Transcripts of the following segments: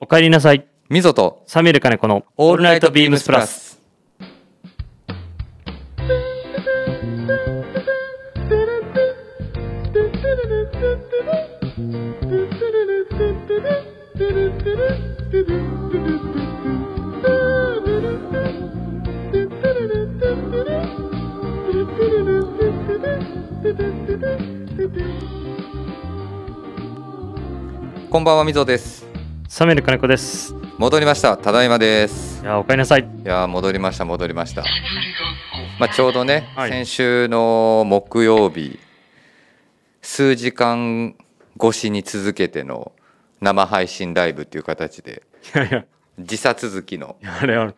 お帰りなさい。みぞとサミュエル金子のオールナイトビームスプラス。こんばんはみぞですサミュエル金子です。戻りましたただいまですいや、お帰りなさい。いやー戻りました戻りましたまあちょうどね、はい先週の木曜日数時間越しに続けての生配信ライブっていう形でいやいや、時差続きのあれは、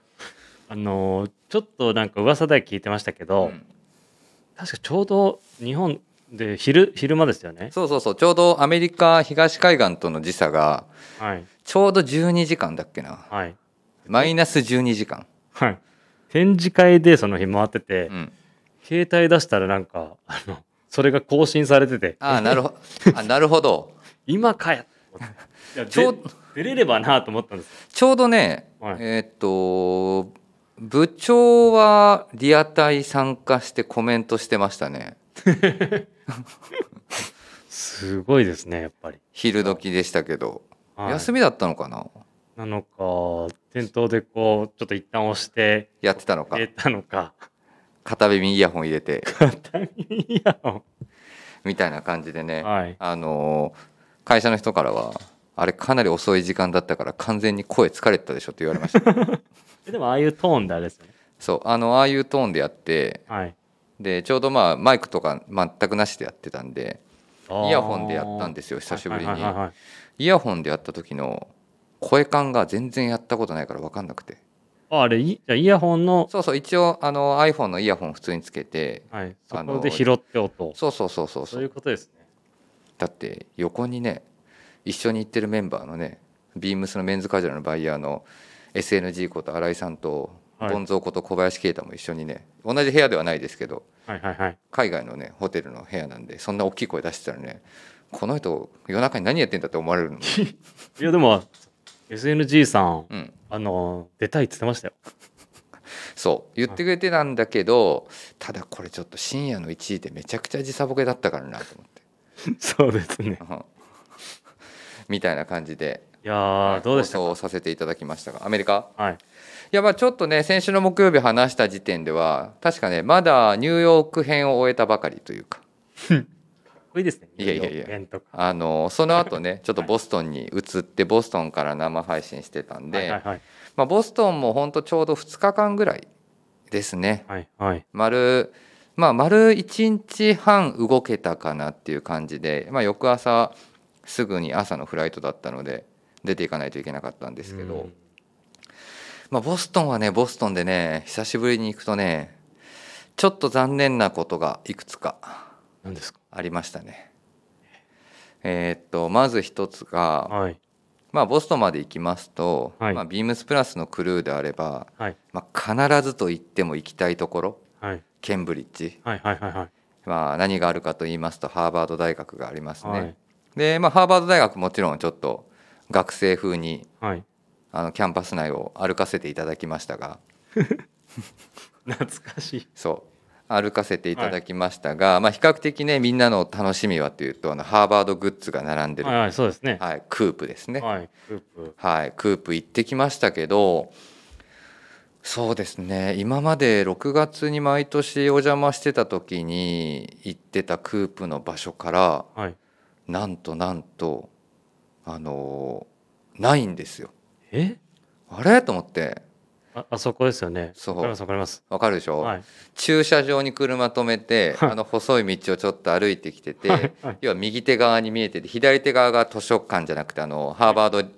あのーちょっとなんか噂では聞いてましたけど、うん確かちょうど日本で昼、昼間ですよね。そうそうそうちょうどアメリカ東海岸との時差がはい。ちょうど12時間だっけなはい。マイナス12時間、はい。展示会でその日回ってて、うん、携帯出したらなんか、あの、それが更新されてて、ああなるほあなるほど今か や。いや、ちょうで出れればなと思ったんです。ちょうどね、はいえーっと部長はリアタイ参加してコメントしてましたねすごいですね、やっぱり。昼時でしたけど、はい休みだったのかななのか、店頭でこう、ちょっと一旦押して、やってたのか入れたのか。片耳イヤホン入れて いや、みたいな感じでね、はい。あのー会社の人からはあれかなり遅い時間だったから完全に声疲れてたでしょって言われました えでも、ああいうトーンであれですよね。そうあのああいうトーンでやってはい。でちょうどまあマイクとか全くなしでやってたんでイヤホンでやったんで、ですよ久しぶりはいにはいはいはいイヤホンでやった時の声感が全然やったことないから分かんなくてああれ、いじゃあイヤホンの、そうそう一応あの iPhone のイヤホン普通につけてはい、そあのこで拾って音。そうそうそうそそうそういううことですね。だって横にね一緒に行ってるメンバーのねビームスのメンズカジュアルのバイヤーの SNG こと新井さんとはいボンゾーこと小林啓太も一緒にね同じ部屋ではないですけどはいはいはい。海外のねホテルの部屋なんでそんな大きい声出してたらねこの人夜中に何やってんだって思 われるの、いや、でも、SNG さん、うん、あの、出たいって言ってましたよ。そう言ってくれてたんだけどただこれちょっと深夜の1時でめちゃくちゃ時差ボケだったからなと思って そうですね。うん みたいな感じでいやー、どうでした放か送させていただきましたがアメリカはい。いやまあちょっとね先週の木曜日話した時点では確かねまだニューヨーク編を終えたばかりというかかっこいいですね。いやいやいや表現とか。あのその 後ねちょっとボストンに移ってボストンから生配信してたんはいはいではい。まあボストンもほんとちょうど2日間ぐらいですねはいはい。丸まあ丸1日半動けたかなっていう感じで、まあ、翌朝すぐに朝のフライトだったので出ていかないといけなかったんですけど、うんまあ、ボストンはねボストンでね久しぶりに行くとねちょっと残念なことがいくつか何ですかありましたね。えーっとまず一つが、はい。まあ、ボストンまで行きますと、はいまあ、ビームスプラスのクルーであれば、はい。まあ、必ずと言っても行きたいところはい。ケンブリッジはいはいはいはい。まあ、何があるかと言いますとハーバード大学がありますね。はい。で、まあ、ハーバード大学もちろんちょっと学生風にはい。あのキャンパス内を歩かせていただきましたが懐かしい。そう歩かせていただきましたが、まあ、比較的ねみんなの楽しみはというとあのハーバードグッズが並んでる、 はいはいはい、そうですね。クープですね、ははいい。クープ。クープ行ってきましたけどそうですね今まで6月に毎年お邪魔してた時に行ってたクープの場所からはい。なんとなんとあのーないんですよえあれと思ってああそこですよね。そうわかりますわかります。わかるでしょ、はい。駐車場に車止めてはいあの細い道をちょっと歩いてきてて、はいはい要は右手側に見えてて左手側が図書館じゃなくてあのハーバード、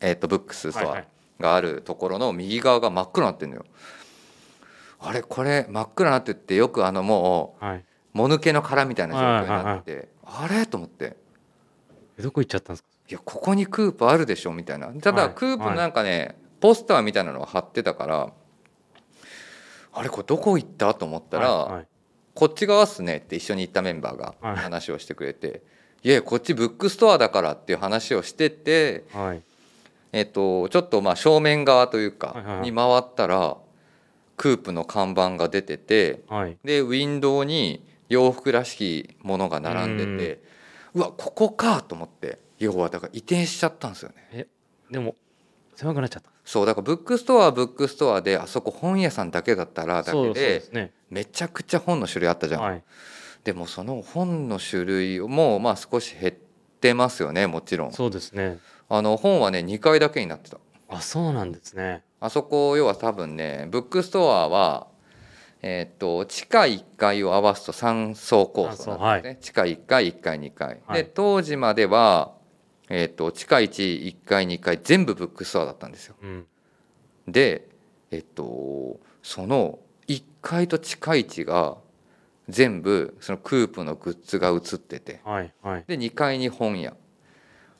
えっとブックススはトいはアいがあるところの右側が真っ暗になってるのよ。あれこれ真っ暗になってってよくあのもはい。うもぬけの殻みたいな状況になってて、あれと思ってえどこ行っちゃったんですかいやここにクープあるでしょみたいなたはだいクープなんかね、ポスターみたいなのを貼ってたからあれこれどこ行ったと思ったら、はいはいこっち側っすねって一緒に行ったメンバーがはい話をしてくれて、い、やいやこっちブックストアだからっていう話をしててはい。えっと、ちょっとまあ正面側というはいはいかはいに回ったらクープの看板が出ててはい。でウィンドウに洋服らしきものが並んでてうわここかと思って要はだから移転しちゃったんですよね。でも、狭くなっちゃった。そうだからブックストアはブックストアであそこ本屋さんだけだったらだそうそけうでですね。めちゃくちゃ本の種類あったじゃん、はい。でもその本の種類もまあ少し減ってますよねもちろんそうですね。あの本はね2階だけになってたあ、そうなんですね。あそこ要は多分ねブックストアはえーっと地下1階を合わすと3層構あ造そうなんですね、地下1階1階2階、はいで当時まではえーっと地下11階2階全部ブックストアだったんですようん。でえっとその1階と地下1が全部そのクープのグッズが映っててはい。はい。で2階に本屋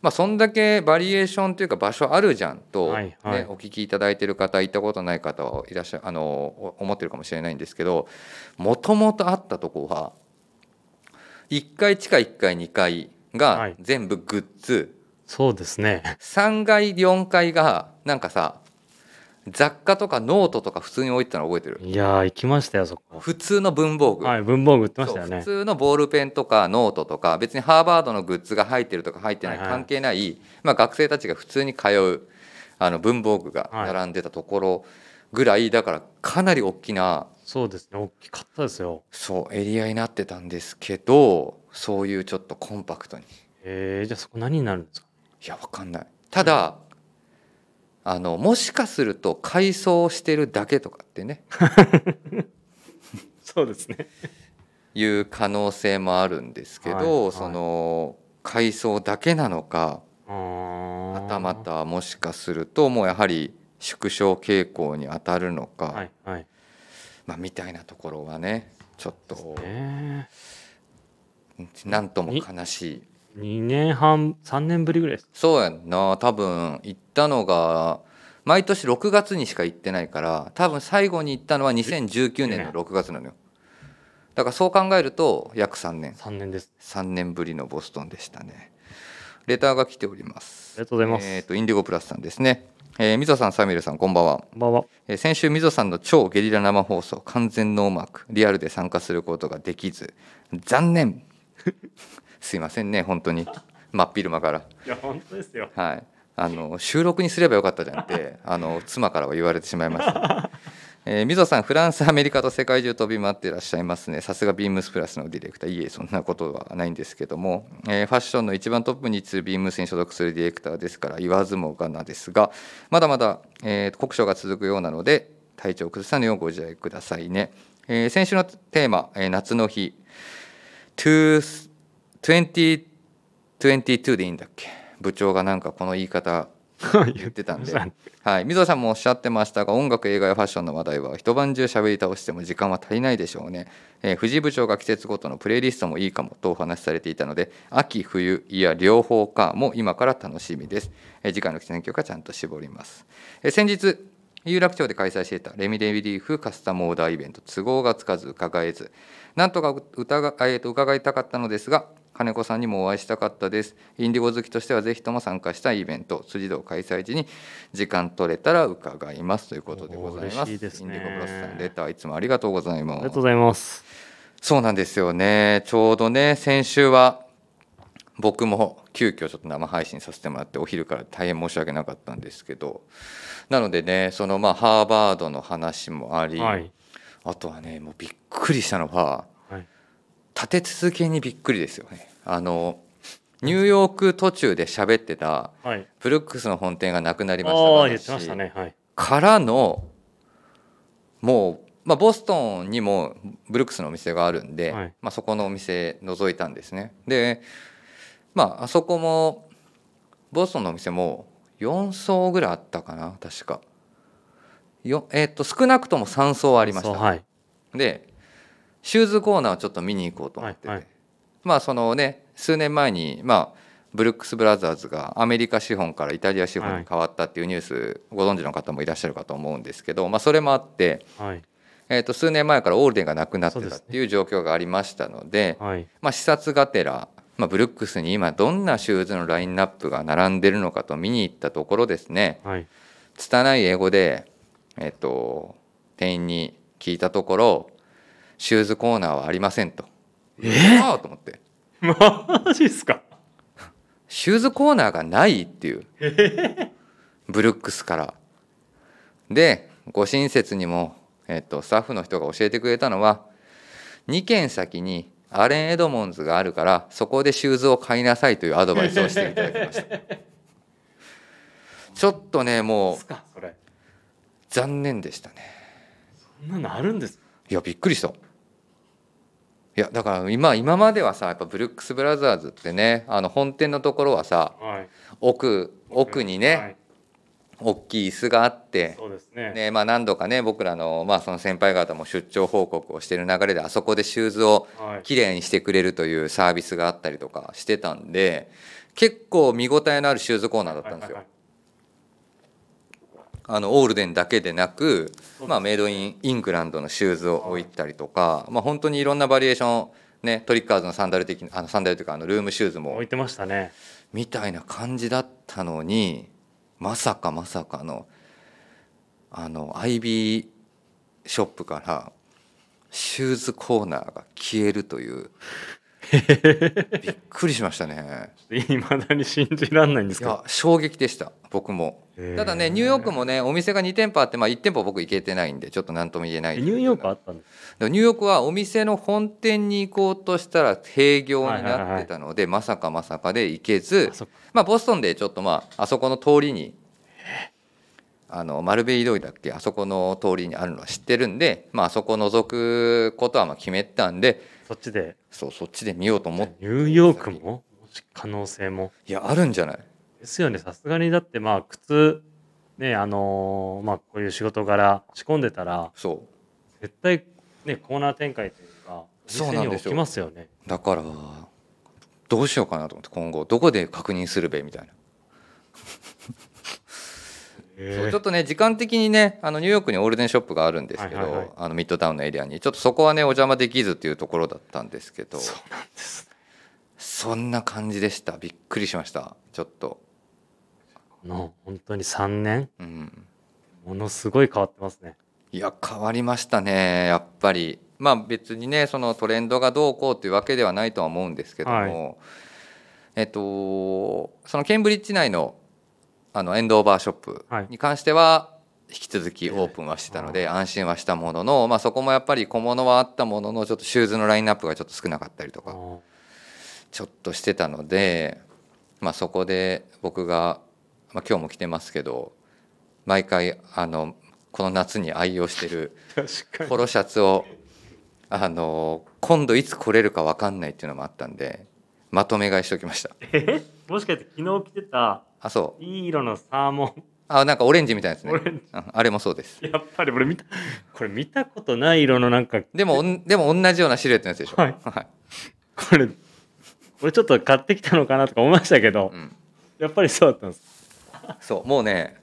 まあそんだけバリエーションというか場所あるじゃんと、はいはいね、お聞きいただいてる方行ったことない方はいらっしゃあのお思ってるかもしれないんですけどもともとあったとこは1階地下1階2階はがい全部グッズ、そうですね。 3階4階がなんかさ雑貨とかノートとか普通に置いてたの覚えてるいやー、行きましたよ、そこ。普通の文房具、はい。文房具売ってましそたようね普。通のボールペンとかノートとか別にハーバードのグッズが入ってるとか入ってないはいはい関係ない、まあ、学生たちが普通に通うあの文房具が並んでたところぐらいだからかなり大きなそうですね。大きかったですよ。そうエリアになってたんですけどそういうちょっとコンパクトにえー、じゃあそこ何になるんですかいやわかんないただあのもしかすると改装してるだけとかってねそうですね。いう可能性もあるんですけど、はいはいその改装だけなのかあーはたま。たもしかするともうやはり縮小傾向に当たるのか、はい。はい。まあ、みたいなところはねちょっとえなんとも悲しいー、2年半、3年ぶりぐらいです。そうやんな多分行ったのが毎年6月にしか行ってないから多分最後に行ったのは2019年の6月なのよだからそう考えると約3年3年です。 3年ぶりのボストンでしたねレターが来ておりますありがとうございます。えっ、とインディゴプラスさんですねえー、みぞさんサミュエルさんこんばんはこんばんは。えー先週みぞさんの超ゲリラ生放送完全ノーマークリアルで参加することができず 残念すいませんね本当に真っ昼間からいや、本当ですよ。はい、あの収録にすればよかったじゃんってあの妻からは言われてしまいました。 えー、みぞさんフランスアメリカと世界中飛び回ってらっしゃいますねさすがビームスプラスのディレクターいえそんなことはないんですけども、えーファッションの一番トップに位置するビームスに所属するディレクターですから言わずもがなですがまだまだ、えー酷暑が続くようなので体調を崩さぬようご自愛くださいね、えー先週のテーマ、えー夏の日2 2022でいいんだっけ部長がなんかこの言い方言ってたんでははい水野さんもおっしゃってましたが音楽映画やファッションの話題は一晩中喋り倒しても時間は足りないでしょうね、えー藤井部長が季節ごとのプレイリストもいいかもとお話しされていたので秋冬いや両方かも今から楽しみです、えー次回の選挙がちゃんと絞ります、えー先日有楽町で開催していたレミレリーフカスタムオーダーイベント都合がつかず伺えずなんとか疑,、えーと伺いたかったのですが金子さんにもお会いしたかったですインディゴ好きとしてはぜひとも参加したいイベント辻堂開催時に時間取れたら伺いますということでござおーいます嬉しいですインねディゴブロスさんレターいつもありがとうござあいりまがとうすございます。そうなんですよねちょうどね先週は僕も急遽ちょっと生配信させてもらってお昼から大変申し訳なかったんですけどなのでねそのまあハーバードの話もあり、はい。あとはねもうびっくりしたのははい。立て続けにびっくりですよねあのニューヨーク途中で喋ってたはい。ブルックスの本店がなくなりましたああ、話言ってましたね。はい。からのもう、まあ、ボストンにもブルックスのお店があるんで、はいまあ、そこのお店覗いたんですねでまああそこもボストンのお店も4層ぐらいあったかな確かよ、えっと少なくとも3層ありましそたうはい。でシューズコーナーをちょっと見に行こうと思ってて、はいはいまあそのね数年前にまあブルックス・ブラザーズがアメリカ資本からイタリア資本に変わったっていうニュースご存知の方もいらっしゃるかと思うんですけど、まあ、それもあって、はい。えー、と数年前からオールデンがなくなってそうたでっすねていう状況がありましたのではい。まあ、視察がてら、まあ、ブルックスに今どんなシューズのラインナップが並んでるのかと見に行ったところですねはい。拙い英語で、えっと、店員に聞いたところシューズコーナーはありませんと。えああと思ってマジっすか。シューズコーナーがないっていうブルックスからでご親切にも、えっと、スタッフの人が教えてくれたのは2軒先にアレン・エドモンズがあるからそこでシューズを買いなさいというアドバイスをしていただきましたちょっとねもうすかそれ。残念でしたねそんなのあるんです。いやびっくりしたいやだから今今まではさやっぱブルックス・ブラザーズってねあの本店のところはさはい。奥奥にね、はい。大きい椅子があって、そうですね。ねまあ、何度かね僕らの,、まあその先輩方も出張報告をしてる流れであそこでシューズをはい。きれいにしてくれるというサービスがあったりとかしてたんで結構見応えのあるシューズコーナーだったんですよ。はいあのオールデンだけでなくすまあ、メイドインイングランドのシューズを置いたりとか、まあ、本当にいろんなバリエーション、ね、トリッカーズのサンダル的なあのサンダルというかあのルームシューズはいも置いてましたね。みたいな感じだったのにまさかまさかのあの IB ショップからシューズコーナーが消えると いうびっくりしましたね。いまだに信じらんないんですいけどや。衝撃でした僕もへーただねニューヨークもねお店が2店舗あって、まあ、1店舗僕行けてないんでちょっと何とも言えないえんニでューヨークあったんです。でもニューヨークはお店の本店に行こうとしたら閉業になってたので、まさかまさかで行けずあそっかまあ、ボストンでちょっとまああそこの通りにあの丸ベイ通りだっけあそこの通りにあるのは知ってるんで、まああそこ覗くことはまあ決めたんでそっちで。そうそっちで見ようと思ってニューヨークももし可能性も。いやあるんじゃないですよね、さすがにだって、まあ、靴、ね、あのーまあ、こういう仕事柄仕込んでたら、そ絶対、ね、コーナー展開というか、そうおな店にんで置すよきますよね。うだからどうしようかなと思って今後どこで確認するべみたいなそうちょっとね時間的にねあのニューヨークにオールデンショップがあるんですけど、はいはいはいあのミッドタウンのエリアにちょっとそこはねお邪魔できずっていうところだったんですけどそうなんです。そんな感じでしたびっくりしましたちょっと、この、本当に3年、うん、ものすごい変わってますね。いや変わりましたねやっぱりまあ別にねそのトレンドがどうこうというわけではないとは思うんですけども、えっとそのケンブリッジ内のあのエンドオーバーショップはいに関しては引き続きオープンはしてたので安心はしたものの、まあ、そこもやっぱり小物はあったもののちょっとシューズのラインナップがちょっと少なかったりとかもちょっとしてたので、まあ、そこで僕が、まあ、今日も来てますけど毎回あのこの夏に愛用してるう確かに。ポロシャツをあの今度いつ来れるか分かんないっていうのもあったんでまとめ買いしておきましたもしかして、昨日着てた、あそういい色のサーモン、あなんかオレンジみたいなやつねオレンジうんあれもそうですやっぱり俺見た、これ見たことない色のなんか、でもおんでも同じようなシルエットのやつでしょはいこれ、これちょっと買ってきたのかなとか思いましたけど、うん、やっぱりそうだったんです。 そうもうね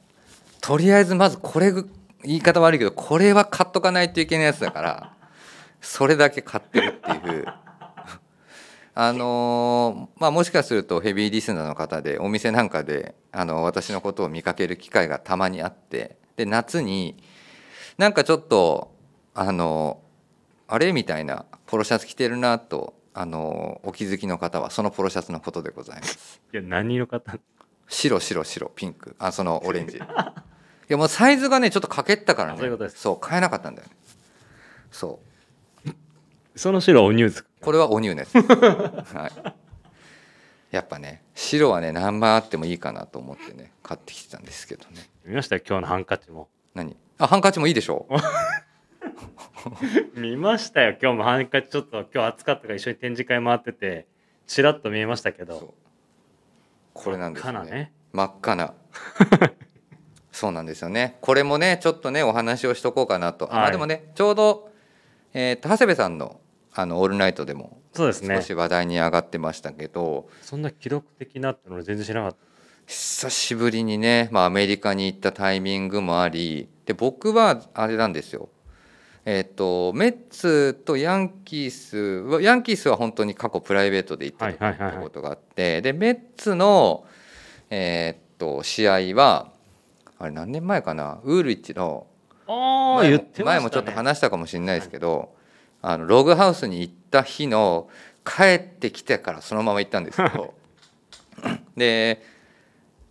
とりあえずまずこれぐ言い方悪いけどこれは買っとかないといけないやつだからそれだけ買ってるっていう あのーまあもしかするとヘビーリスナーの方でお店なんかであの私のことを見かける機会がたまにあってで夏になんかちょっとあのあれみたいなポロシャツ着てるなとあのお気づきの方はそのポロシャツのことでございます。いや、何色買ったん白白白ピンクあ そのオレンジいやもうサイズがねちょっとかけったかあらねそういうことですそう買えなかったんだよねそうその白はおニューズ。これはおニュー ネス、はい、やっぱね白はね何枚あってもいいかなと思ってね買ってきてたんですけどね見ましたよ今日のハンカチも何あハンカチもいいでしょ見ましたよ今日もハンカチちょっと今日暑かったから一緒に展示会回っててちらっと見えましたけそうどこれなんですかよなね真っ赤なそうなんですよねこれもねちょっとねお話をしとこうかなと、まはあいでもねちょうど、えーと長谷部さんのあの「オールナイト」でもそうですね少し話題に上がってましたけど、そんな記録的なっての俺全然知らなかっ久しぶりにね、まあ、アメリカに行ったタイミングもありで僕はあれなんですよえっと、メッツとヤンキースはヤンキースは本当に過去プライベートで行ってはいはいはいたはいことがあってでメッツの、えっと試合はあれ何年前かなウールイッチのああ、前言もってましたね。前もちょっと話したかもしれないですけど、あのログハウスに行った日の帰ってきてからそのまま行ったんですけ どで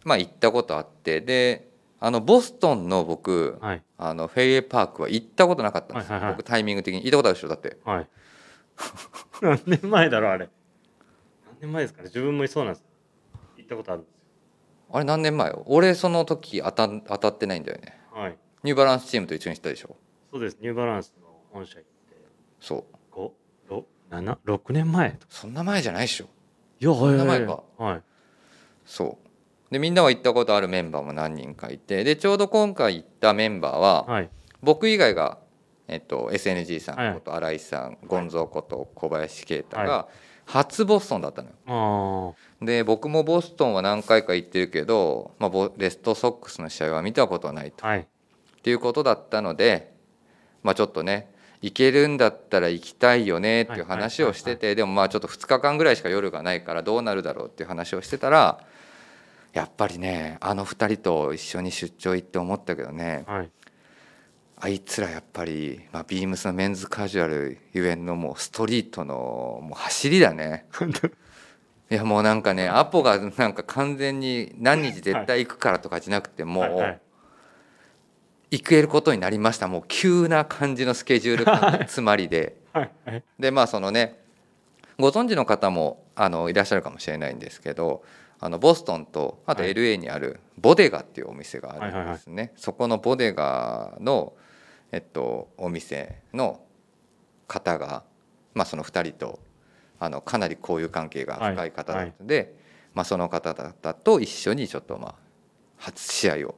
まあ行ったことあってであのボストンの僕、はい。あのフェイエーパークは行ったことなかったんですよ、はいはいはい僕タイミング的に行ったことあるでしょだってはい。 何年前だろう、あれ。何年前ですかね。自分もそうなんです。行ったことあるんですあれ何年前俺その時当た当たってないんだよねよ。はい。ニューバランスチームと一緒に行ったでしょそうです。ニューバランスの本社行って、そう5、6、7、6年前とか。そんな前じゃないでしょいや、はいんなはい前はかい。はい。そうでみんなは行ったことあるメンバーも何人かいてでちょうど今回行ったメンバーは、はい。僕以外が、えっと、SNG さはいんこと新井さん、ゴンゾーこと小林啓太が、は初ボストンだったのよあで僕もボストンは何回か行ってるけど、まあ、ボレストソックスの試合は見たことはないとあ。はい。っていうことだったので、まあ、ちょっとね行けるんだったら行きたいよねっていう話をしててでもまあちょっと2日間ぐらいしか夜がないからどうなるだろうっていう話をしてたらやっぱりねあの2人と一緒に出張行って思ったけどねはい。あいつらやっぱり、まあ、ビームスのメンズカジュアルゆえんのもうストリートのもう走りだね。いやもうなんかねアポがなんか完全に何日絶対行くからとかじゃなくてもう。はいはい行けることになりましたもう急な感じのスケジュール感の詰まりではいはい。でまあそのねご存知の方もあのいらっしゃるかもしれないんですけどあのボストンとあとはい LA にあるボデガっていうお店があるんですね、そこのボデガの、えっと、お店の方が、まあ、その2人とあのかなり交友関係が深い方だったので、まあ、その方々と一緒にちょっとまあ初試合を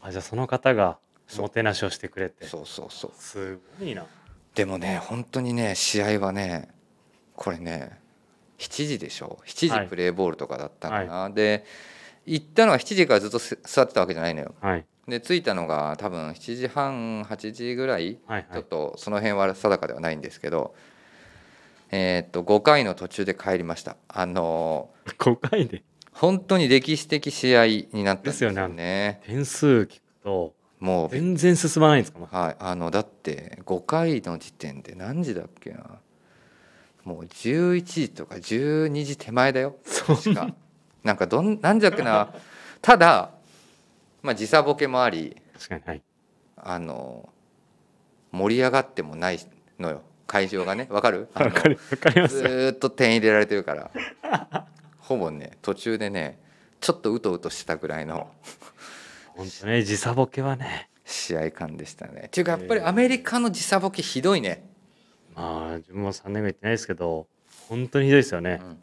あ、じゃあその方が、そうもてなしをしてくれて。そうそうそうすごいな。でもね本当にね試合はねこれね7時でしょ7はい時プレーボールとかだったかな、で行ったのは7時からずっとす座ってたわけじゃないのよはい。で着いたのが多分7時半8時ぐらいはいちは ょっい。とその辺は定かではないんですけど、えーっと5回の途中で帰りましたあのー5回で。本当に歴史的試合になったんですよですよね点数聞くと、もう全然進まないんですか、まあはい、あのだって5回の時点で何時だっけなもう11時とか12時手前だよそう確かなんかどん何時だっけなただ、まあ、時差ボケもあり確かに。はい。あの盛り上がってもないのよ会場がねわかるあわのかり、わかりまずす。ーっと点入れられてるからほぼね途中でねちょっとうとうとしてたぐらいの本当ね、時差ボケはね。試合感でしたね。っていうかやっぱりアメリカの時差ボケひどいね。まあ自分も3年ぐらい行ってないですけど本当にひどいですよね、うん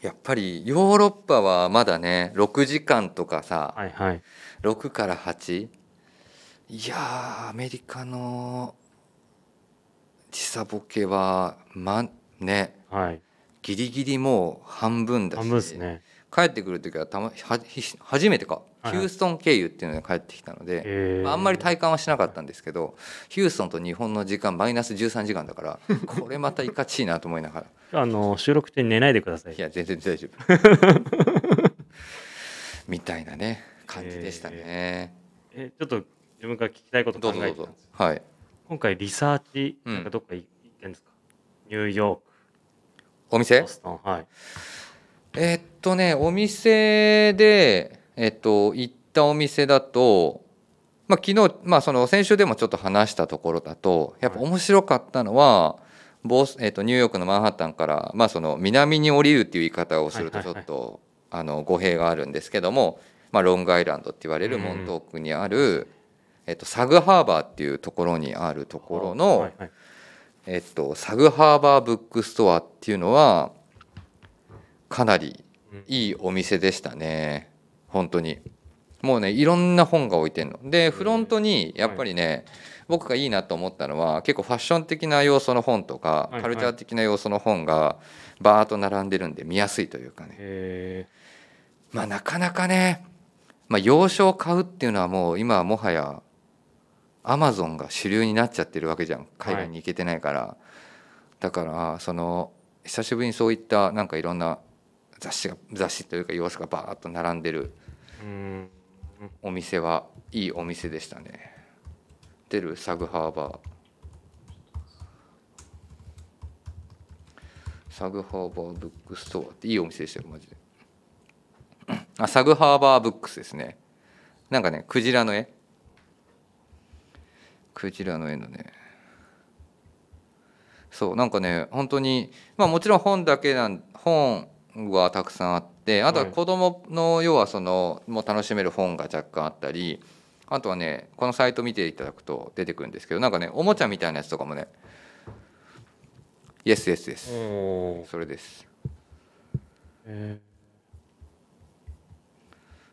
やっぱりヨーロッパはまだね6時間とかさ、はいはい6から8いやーアメリカの時差ボケはまねはいギリギリもう半分だし半分ですね帰ってくる時はたまはひ初めてか、はいはいヒューストン経由っていうので帰ってきたので、えーまああんまり体感はしなかったんですけどヒューストンと日本の時間マイナス13時間だから これまたいかちいなと思いながら。あの収録中に寝ないでくださいいや全然大丈夫みたいなね感じでしたね、えちょっと自分から聞きたいことど考うぞえどうてぞたんですはい今回リサーチうんなんかどっか行ってんですか、ニューヨおーク店ボストンはいえーっとねお店でえっと行ったお店だとまあ昨日まあその先週でもちょっと話したところだとやっぱ面白かったのは、ボスえっとニューヨークのマンハッタンから、まあ、その南に降りるっていう言い方をするとはいちはょいはいっと、あの語弊があるんですけども、まあ、ロングアイランドって言われるモントークにある、えっと、サグハーバーっていうところにあるところの、はいはいえっと、サグハーバーブックストアっていうのはかなりうんいいお店でしたね本当にもうねいろんな本が置いてんのでフロントにやっぱりね、僕がいいなと思ったのは結構ファッション的な要素の本とか、いはいカルチャー的な要素の本がバーッと並んでるんで見やすいというかねえまあなかなかね、まあ、洋書を買うっていうのはもう今はもはやアマゾンが主流になっちゃってるわけじゃん海外に行けてないから、だからその久しぶりにそういったなんかいろんな雑誌が雑誌というか様子がバーッと並んでるうんお店はいいお店でしたね出るサグハーバーサグハーバーブックストアっていいお店でしたよマジであサグハーバーブックスですねなんかねクジラの絵クジラの絵のねそうなんかね本当にまあもちろん本だけなん本はたくさんあってあとははい子供の要はそのもう楽しめる本が若干あったりあとはねこのサイト見ていただくと出てくるんですけどなんかねおもちゃみたいなやつとかもねイエスイエスですおーそれですえ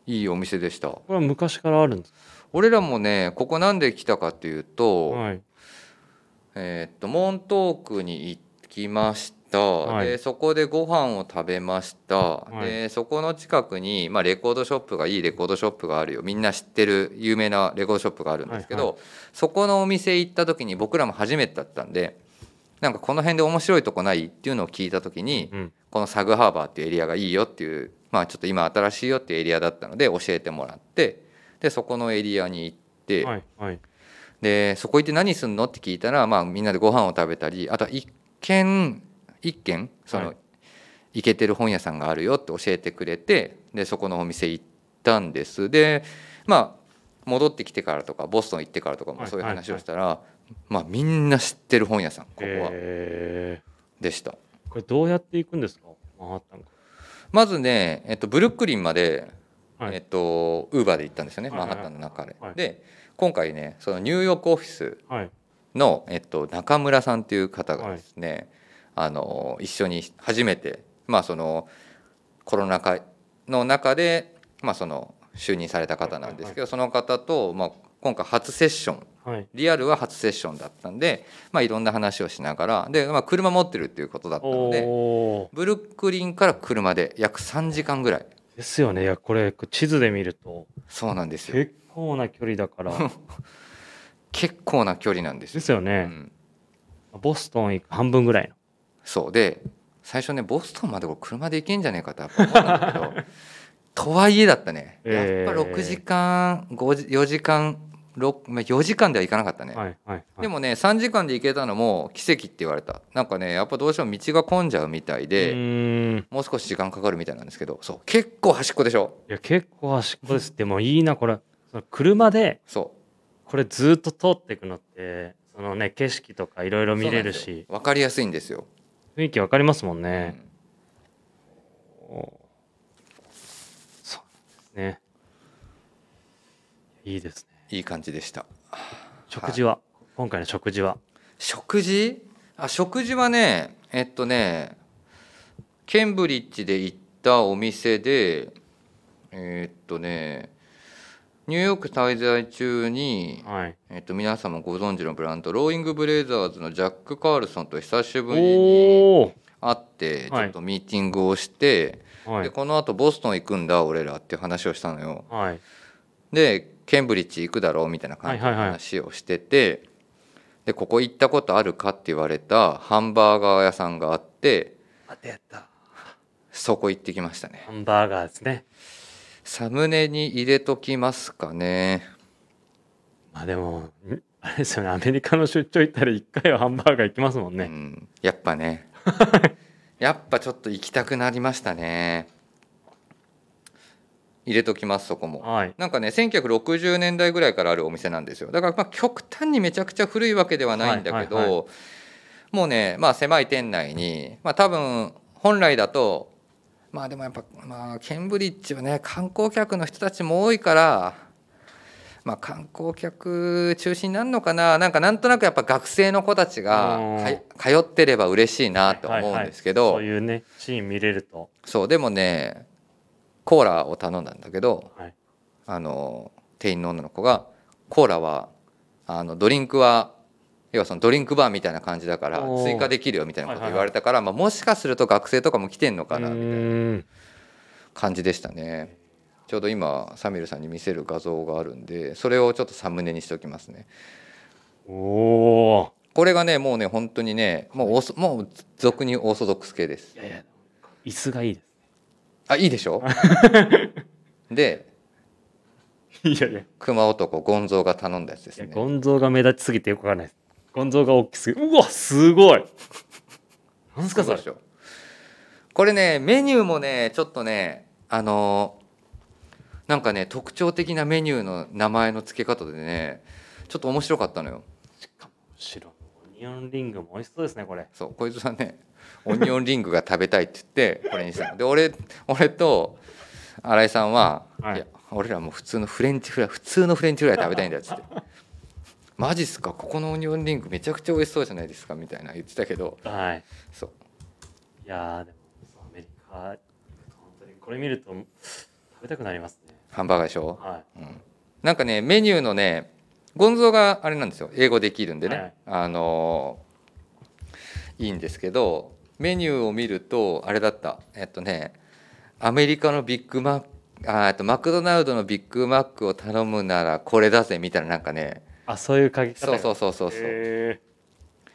いいお店でしたーこれは昔からあるんです俺らもねここなんで来たかっていうと、かはいえーっとモントークに行きました、はいでそこでご飯を食べました、いでそこの近くに、まあ、レコードショップがいいレコードショップがあるよみんな知ってる有名なレコードショップがあるんですけど、はそこのお店行った時に僕らも初めてだったんでなんかこの辺で面白いとこないっていうのを聞いた時に、うんこのサグハーバーっていうエリアがいいよっていうまあちょっと今新しいよっていうエリアだったので教えてもらってでそこのエリアに行って、はいはいでそこ行って何すんのって聞いたら、まあ、みんなでご飯を食べたりあとは一軒一軒その、はいい、行けてる本屋さんがあるよって教えてくれてでそこのお店行ったんですでまあ戻ってきてからとかボストン行ってからとかもはいそういうはい話をしたら、まあ、みんな知ってる本屋さんここはえでした、ーこれどうやって行くんですかマンハッタンかまずね、えっと、ブルックリンまで、はいえっと、ウーバーで行ったんですよね、はいはいマはいンハッタンの中で、はいで今回ねそのニューヨークオフィスはいの、えっと、中村さんという方がですね、あの一緒に初めて、まあ、そのコロナ禍の中で、まあ、その就任された方なんですけど、その方と、まあ、今回初セッションはいリアルは初セッションだったんで、まあ、いろんな話をしながらで、まあ、車持ってるっていうことだったのでおおブルックリンから車で約3時間ぐらいですよねいやこれ地図で見るとそうなんですよ結構な距離だから 結構な距離なんですでよ。すようね、ん、ボストン行く半分ぐらいのそうで最初ねボストンまでこれ車で行けんじゃねえかってやっぱ思ったんだけど とはいえだったねやっぱえー6時間5時4時間6まあ4時間では行かなかったね、はいはいはいでもね3時間で行けたのも奇跡って言われたなんかねやっぱどうしても道が混んじゃうみたいうで、ーんもう少し時間かかるみたいなんですけどそう結構端っこでしょいや結構端っこですでもいいなこれその車でそこれずっと通っていくのってそのね景色とかいろいうろ見れるそうなんでしすよわかりやすいんですよ、雰囲気わかりますもんうね、んおそうなんですねいいですねいい感じでした食事は、今回の食事は食事あ食事はねえっとねケンブリッジで行ったお店でえっとねニューヨーク滞在中に、はいえっと、皆様ご存知のブランドローイング・ブレイザーズのジャック・カールソンと久しぶりにお会ってちょはいっとミーティングをして、おはでいこのあとボストン行くんだ俺らっていう話をしたのよ。はいでケンブリッジ行くだろうみたいな感じのはいはいはい話をしてて、でここ行ったことあるかって言われたハンバーガー屋さんがあってあ出たそこ行ってきましたねハンバーガーですねサムネに入れときますかねまあでもん あれですよねアメリカの出張行ったら一回はハンバーガー行きますもんうね、ん、やっ ぱねやっぱちょっと行きたくなりましたね入れときますそこもはいなんかね1960年代ぐらいからあるお店なんですよだからまあ極端にめちゃくちゃ古いわけではないんだけど、はいはいはもうね、まあ、狭い店内に、まあ、多分本来だとまあでもやっぱ、まあ、ケンブリッジはね観光客の人たちも多いから、まあ、観光客中心になるのかななんかなんとなくやっぱ学生の子たちがか通ってれば嬉しいなと思うんですけど、そういうねシーン見れるとそうでもねコーラを頼んだんだけどはいあの店員の女の子がコーラはあのドリンクは要はそのドリンクバーみたいな感じだからおー追加できるよみたいなこと言われたから、まあ、もしかすると学生とかも来てんのかなうみたいなーん感じでしたねちょうど今サミュルさんに見せる画像があるんでそれをちょっとサムネにしておきますねおおこれがねもうね本当にねもうオーソもう俗にオーソドックス系ですー。いやいや、椅子がいいで。あいいでしょです いやいや、熊男ゴンゾーが頼んだやつですねゴンゾーが目立ちすぎてよくわかんないです。ゴンゾーが大きすぎうわ、すごいなんすかそれそうでしょこれねメニューもねちょっとねあのーなんかね特徴的なメニューの名前の付け方でねちょっと面白かったのよ白い。オニオンリングも美味しそうですね、これ。そうこいつはねオニオンリングが食べたいって言ってこれにしたので俺俺と新井さんは、、はいいや俺らもう普通のフレンチフライ普通のフレンチフライ食べたいんだっつって「マジっすかここのオニオンリングめちゃくちゃ美味しそうじゃないですか」みたいな言ってたけどはい。そういやー、でも、アメリカ、本当にこれ見ると、食べたくなりますね。ハンバーガーでしょはうんなんかねメニューのねゴンゾーがあれなんですよ英語できるんでね、はいあのーいいんですけどメニューを見るとあれだったえっとねアメリカのビッグマックあえっとマクドナルドのビッグマックを頼むならこれだぜみたいななんかねい。あ、そういう鍵そうそううそうそうそうへ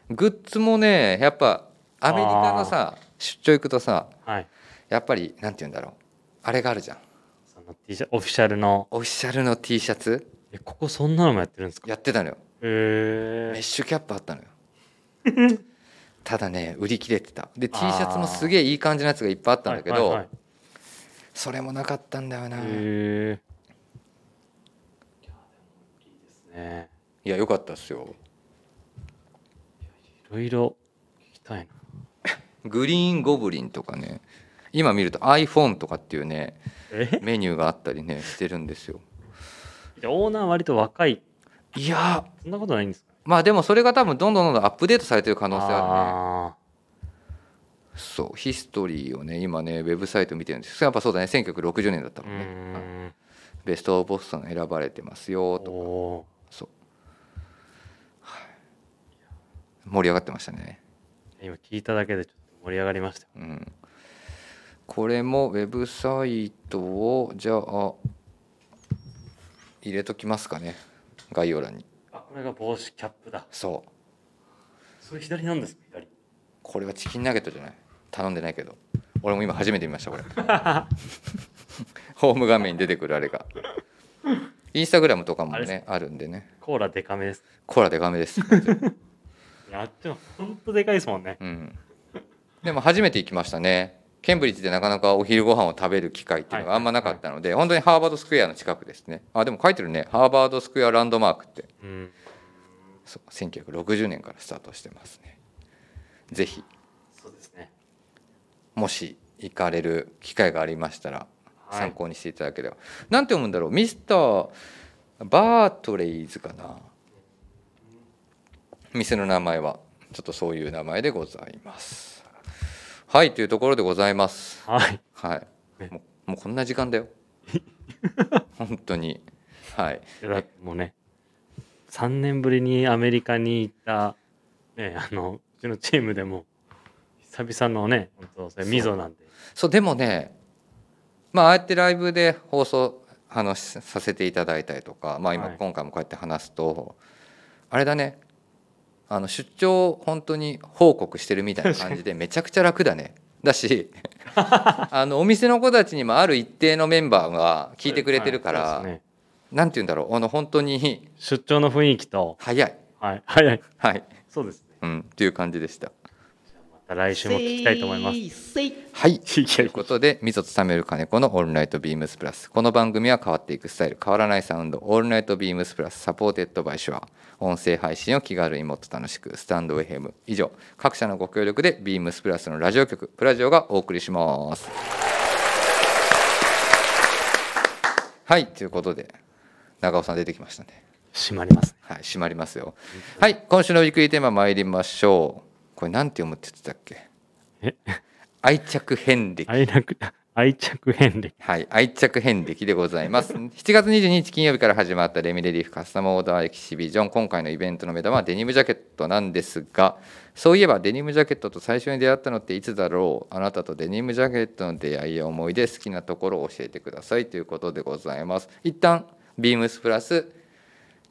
グッズもねやっぱアメリカのさ出張行くとさーはい。やっぱりなんて言うんだろうあれがあるじゃんその T シャオフィシャルの、オフィシャルの T シャツえ、ここそんなのもやってるんですかやってたのよへメッーシュキャップあったのよ ただね売り切れてたで T シャツもすげえいい感じのやつがいっぱいあったんだけど、はいはいはいそれもなかったんだよな、へえ。いや、でもいいですね。いやよかったっすよいろいろ聞きたいな。グリーンゴブリンとかね今見ると iPhone とかっていうねえメニューがあった りねしてるんですよオーナー割と若い。いやそんなことないんですかまあでもそれが多分どんどんどんどんアップデートされてる可能性あるねあそうヒストリーをね今ねウェブサイト見てるんですやっぱそうだね1960年だったあー。うもんねーん。ベスト・オブ・ボストン選ばれてますよとおそう、はい盛り上がってましたね、ー今聞いただけでちょっと盛り上がりましたよ。うん、これもウェブサイトをじゃあ入れときますかね概要欄にあ、これが帽子キャップだ。そうそれ左なんですか左。これはチキンナゲットじゃない頼んでないけど俺も今初めて見ました これホーム画面に出てくるあれがインスタグラムとかもあれねあるんでねコーラデカめです。コラで画面です、いやあっちも本当でかいですもんね。うん、でも初めて行きましたねケンブリッジでなかなかお昼ご飯を食べる機会っていうのがあんまなかったので、本当にハーバードスクエアの近くですねあでも書いてるねハーバードスクエアランドマークってうん。そう1960年からスタートしてますねぜひそうですね。もし行かれる機会がありましたらはい参考にしていただければ、なんて読むんだろうミスターバートレイズかな店の名前はちょっとそういう名前でございますはいというところでございますはい。はいね。もうもうこんな時間 だよ。本当に。はい。いやだってもうね3年ぶりにアメリカに行った、ね、あのうちのチームでも久々のね本当それそう溝なんでそうでもね、まあああやってライブで放送あのしさせていただいたりとか、まあ今、はい今回もこうやって話すと、あれだね。あの出張を本当に報告してるみたいな感じでめちゃくちゃ楽だね。だしあのお店の子たちにもある一定のメンバーが聞いてくれてるから、はいそうですねなんて言うんだろうあの本当に出張の雰囲気と早い、はい早いはいそうですねうん、っていう感じでした。また来週も聞きたいと思いますいはいとやいうことで、みぞと冷める金子のオールナイトビームスプラス。この番組は変わっていくスタイル、変わらないサウンド、オールナイトビームスプラス、サポーテッドバイシュア。音声配信を気軽にもっと楽しく、スタンド FM。以上、各社のご協力で、ビームスプラスのラジオ局、プラジオがお送りします。はい、ということで、長尾さん出てきましたね。閉まりますねはい、閉まりますよ。はい、今週のウィークリーテーマ参りましょう。これ、なんて読むって言ってたっけえ愛着遍歴。愛楽愛着遍歴はい、愛着遍歴でございます。7月22日金曜日から始まったレミレリーフカスタムオーダーエキシビジョン、今回のイベントの目玉はデニムジャケットなんですが、そういえばデニムジャケットと最初に出会ったのっていつだろうあなたとデニムジャケットの出会いや思い出、好きなところを教えてくださいということでございます。一旦、ビームスプラス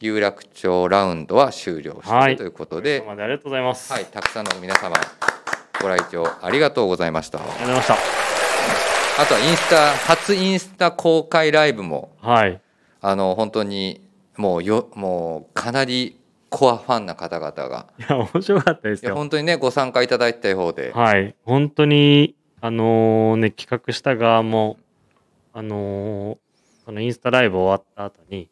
有楽町ラウンドは終了した、はいということでで、までありがとうございます、はい、たくさんの皆様ご来場ありがとうございましたありがとうございましあとはインスタ初インスタ公開ライブもたはいあの本当にもうよもうかなりコアファンな方々がいや面白かったですいやよ本当にねご参加いただいた方で、はい本当にあのーね企画した側もあのーそのインスタライブ終わった後に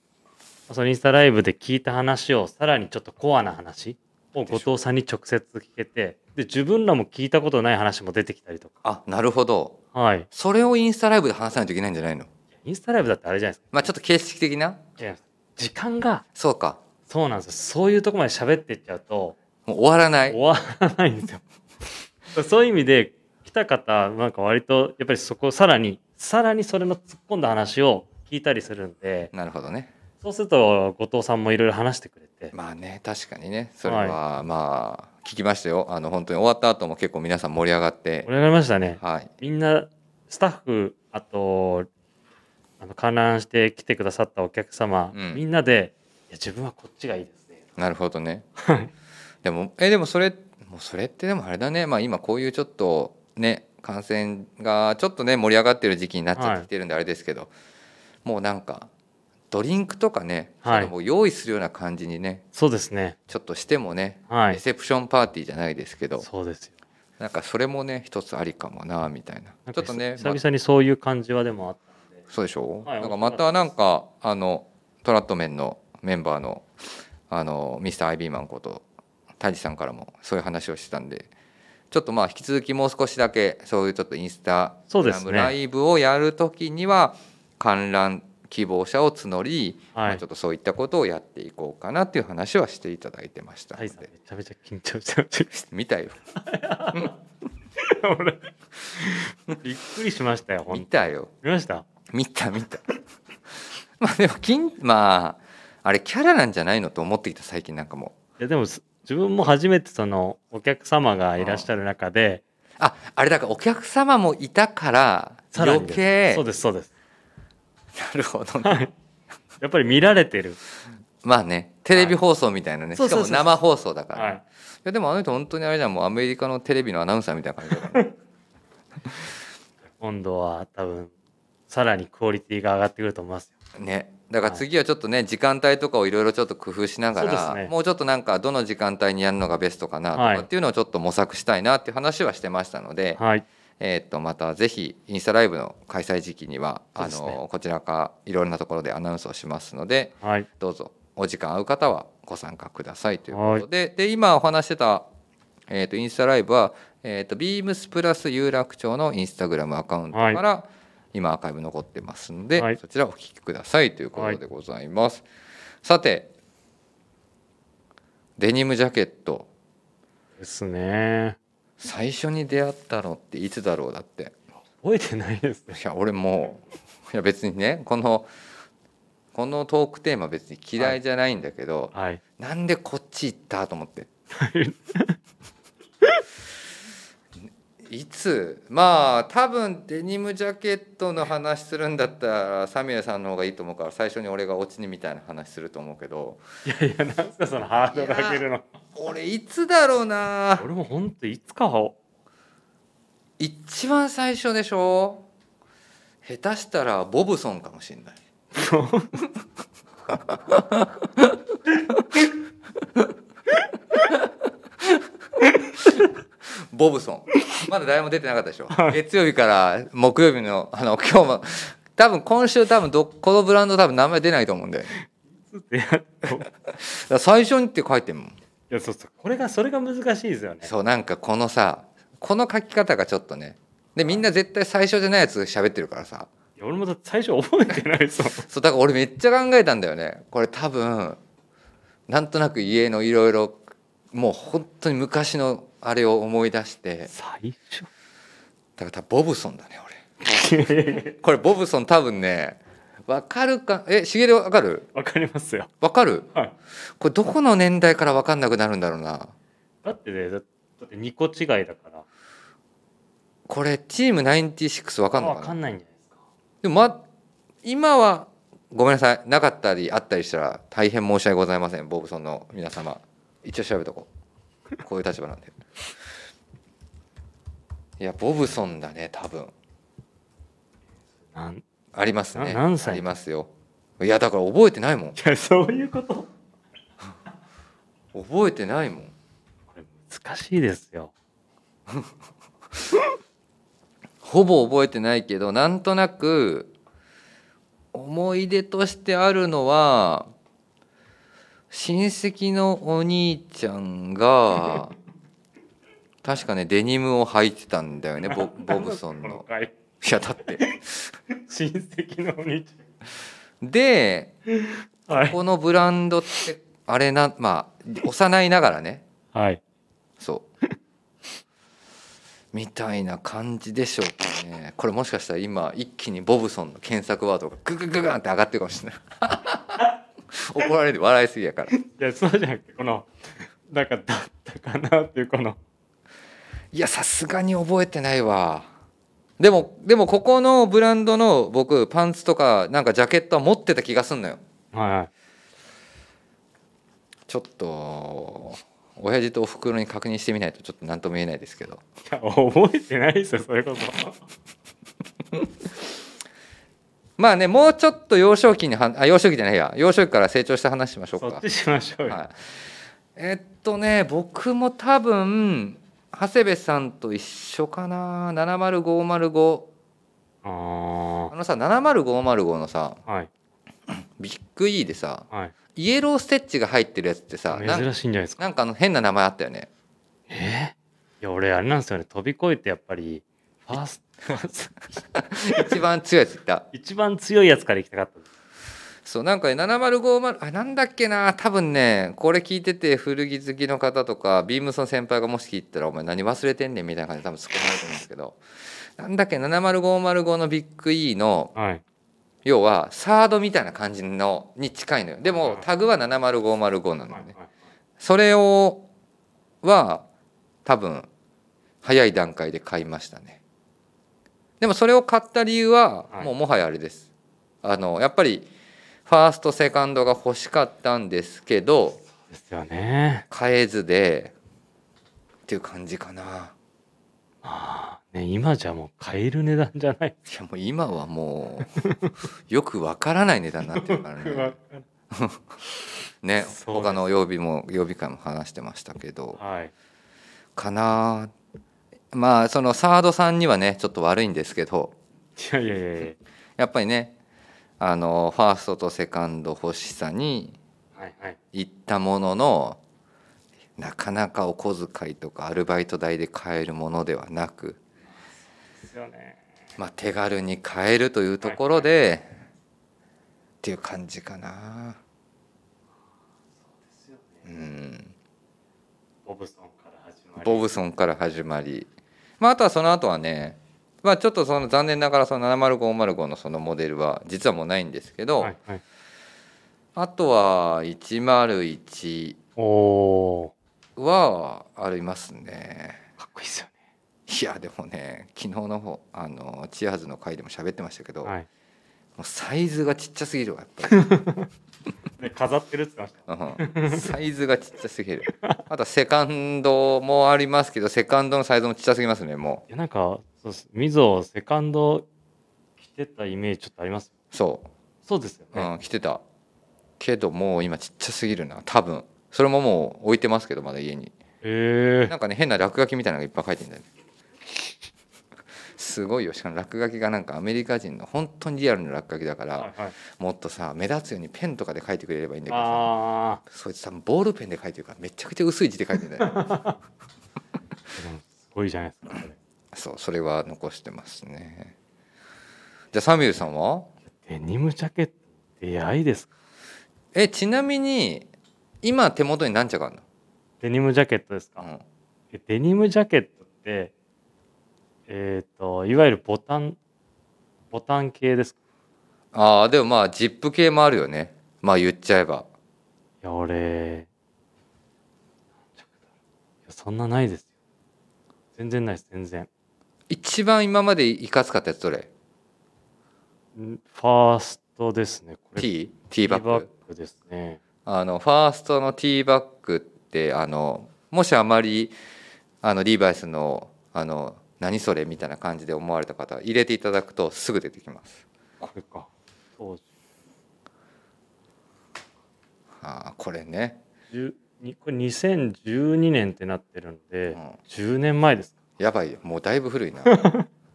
そのインスタライブで聞いた話をさらにちょっとコアな話を後藤さんに直接聞けてで自分らも聞いたことない話も出てきたりとかあなるほどはいそれをインスタライブで話さないといけないんじゃないのインスタライブだってあれじゃないですかまあちょっと形式的なじゃあ時間がそうかそうなんですよそういうとこまで喋っていっちゃうともう終わらない終わらないんですよそういう意味で来た方なんか割とやっぱりそこをさらにさらにそれの突っ込んだ話を聞いたりするんでなるほどねそうすると後藤さんもいろいろ話してくれてまあね確かにねそれはまあ聞きましたよあの本当に終わった後も結構皆さん盛り上がって盛り上がりましたねはいみんなスタッフあとあの観覧して来てくださったお客様、うんみんなでいや自分はこっちがいいですねなるほどねはいでもえでもそれもうそれってでもあれだねまあ今こういうちょっとね感染がちょっとね盛り上がってる時期になっちゃってきてるんであれですけど、もうなんかドリンクとかね、はいそういうのも用意するような感じにねそうですねちょっとしてもね、はレいセプションパーティーじゃないですけどそうですよなんかそれもね一つありかもなみたいななんちかょっとね久々にそういう感じはでもあっそうでしょ、はいなんかまたなんかあのトラットメンのメンバーのあのミスター・アイビーマンことタイジさんからもそういう話をしてたんでちょっとまあ引き続きもう少しだけそういうちょっとインスタそうですねグラムライブをやるときには観覧希望者を募り、はいまあちょっとそういったことをやっていこうかなっていう話はしていただいてましたたのタで、イさんめちゃめちゃ緊張してました 見たよ俺 びっくりしましたよ見本たよ当見ました見た見た まあでも金まああれキャラなんじゃないのと思ってきた最近なんかもいうやでもす自分も初めてそのお客様がいらっしゃる中でああれだからお客様もいたからさらに余です計そうですそうですなるほどね、 はいやっぱり見られてるまあねテレビ放送みたいなね、そうしそかうもそう生放送だから、、はいいやでもあの人本当にあれじゃんもうアメリカのテレビのアナウンサーみたいな感じ だから、ね、今度は多分さらにクオリティが上がってくると思いますよねだから次はちょっとね時間帯とかをいろいろちょっと工夫しながそら、うですねもうちょっとなんかどの時間帯にやるのがベストかなとはかいっていうのをちょっと模索したいなっていう話はしてましたので、はいえーっとまたぜひインスタライブの開催時期には、あそうですのこちらかいろんなところでアナウンスをしますので、はいどうぞお時間合う方はご参加くださいということで,、で今お話してた、えー、とインスタライブは、えー、とビームスプラス有楽町のインスタグラムアカウントから、今アーカイブ残ってますので、はいそちらお聞きくださいということでございます、さてデニムジャケットですね最初に出会ったのっていつだろうだって覚えてないですねいや俺もういや別にねこのこのトークテーマ別に嫌いじゃないんだけど、はいなんでこっち行ったと思って。 いつまあ多分デニムジャケットの話するんだったらサミュエルさんの方がいいと思うから最初に俺がオチにみたいな話すると思うけどいやいやなんすかそのハードル上げるの俺いつだろうな俺も本当いつかは一番最初でしょ下手したらボブソンかもしんないボブソンまだ誰も出てなかったでしょ月曜日から木曜日のあの今日も多分今週多分どこのブランド多分名前出ないと思うんでだかいやそういら最初にって書いてんもんやそうそうこれがそれが難しいですよねそうなんかこのさこの書き方がちょっとねでみんな絶対最初じゃないやつ喋ってるからさいや俺もだって最初覚えてないですもんそうだから俺めっちゃ考えたんだよねこれ多分なんとなく家のいろいろもう本当に昔のあれを思い出して最初だから多分ボブソンだね俺これボブソン多分ねわかるかえしげるわかる わかりますよ。わかるはい。これどこの年代からわかんなくなるんだろうなだってね、だだって2個違いだから。これチーム96わかんのわかかなんないんじゃないですか。でもま今はごめんなさいなかったりあったりしたら大変申し訳ございませんボブソンの皆様一応調べとこうこういう立場なんでいやボブソンだね多分なんいありますねな何歳ありますよいやだから覚えてないもんやそういうことこ覚えてないもんれ難しいですよほぼ覚えてないけどなんとなく思い出としてあるのは親戚のお兄ちゃんが確かねデニムを履いてたんだ よねボボブソンこのの。回いやだって親戚のお兄ちでゃんはここのブランドってあれなまあ幼いながらねはいそう。 みたいな感じでしょうかね。これもしかしたら今一気にボブソンの検索ワードがググググンって上がってるかもしれない。 怒られる笑いすぎやから。いやそうじゃなくてこのなんかだったかなっていうこのいやさすがに覚えてないわ。でもでもここのブランドの僕パンツとかなんかジャケットは持ってた気がすんのよ。はいはいちょっと親父とお袋に確認してみないとちょっと何とも言えないですけど。いや覚えてないですよそれこそまあねもうちょっと幼少期にはあ幼少期じゃないや幼少期から成長した話しましょうそか。っちしましょうよ、はい、えっとね僕も多分長谷部さんと一緒かな70505ああのさ70505のさあはいビッグ E でさはいイエローステッチが入ってるやつってさなん珍しいんじゃないですかなんかあの変な名前あったよねえーいや俺あれなんですよね飛び越えてやっぱりファースト ファースト一番強いやついった一番強いやつから行きたかったですそうなんかね7050あなんだっけな多分ねこれ聞いてて古着好きの方とかビームスの先輩がもし聞いてたら「お前何忘れてんねん」みたいな感じで多分突っ込まれると思うんですけどなんだっけ70505のビッグ E のはい要はサードみたいな感じのに近いのよでもタグは70505なのはいよねはいそれをは多分早い段階で買いましたねでもそれを買った理由ははいもうもはやあれですあのやっぱりファーストセカンドが欲しかったんですけどですよね買えずでっていう感じかなああね今じゃもう買える値段じゃないいやもう今はもうよくわからない値段になってるからね ねそうです他の曜日も曜日会も話してましたけどはいかなまあそのサードさんにはねちょっと悪いんですけどいやいやいやいややっぱりねあのファーストとセカンド欲しさにはいはい行ったもののなかなかお小遣いとかアルバイト代で買えるものではなく、ですよねまあ、手軽に買えるというところで、っていう感じかな。うんボブソンから始まりボブソンから始まり、まあ、あとはその後はね、まあ、ちょっとその残念ながらその70505のそのモデルは実はもうないんですけど、はいはいあとは101おおはありますねーかっこいいですよねいやでもね昨日の方あのチアーズの回でも喋ってましたけど、もはいうサイズがちっちゃすぎるわやっぱりね飾ってるって言ってましうんサイズがちっちゃすぎるあとはセカンドもありますけどセカンドのサイズもちっちゃすぎますねもたいやなんかそうですみぞセカンド着てたイメージちょっとありますうそうそうですよね、うん、来てたけどもう今ちっちゃすぎるな多分それももう置いてますけどまだ家にええなんかね変な落書きみたいなのがいっぱい書いてんだよねすごいよしかも落書きがなんかアメリカ人の本当にリアルな落書きだかはらいはい、もっとさ目立つようにペンとかで書いてくれればいいんだけどさあそいつさボールペンで書いてるからめちゃくちゃ薄い字で書いてんだよあでもすごいじゃないですかそれそうそれは残してますねじゃあサミュエルさんはデニムジャケット出会いですかえちなみに今手元に何着あるの、デニムジャケットですか、うんえデニムジャケットってえっ、といわゆるボタンボタン系ですかああでもまあジップ系もあるよねまあ言っちゃえばいや俺何着だろういやそんなないですよ全然ないです全然一番今までいかつかったやつどれんファーストですね。これ、 T? T バッバッククですね。あのファーストのティーバックってあのもしあまりあのリーバイスのあの何それみたいな感じで思われた方は入れていただくとすぐ出てきますこれか。当時あーこれね10にこれ2012年ってなってるんで、うん10年前ですかやばいよもうだいぶ古い な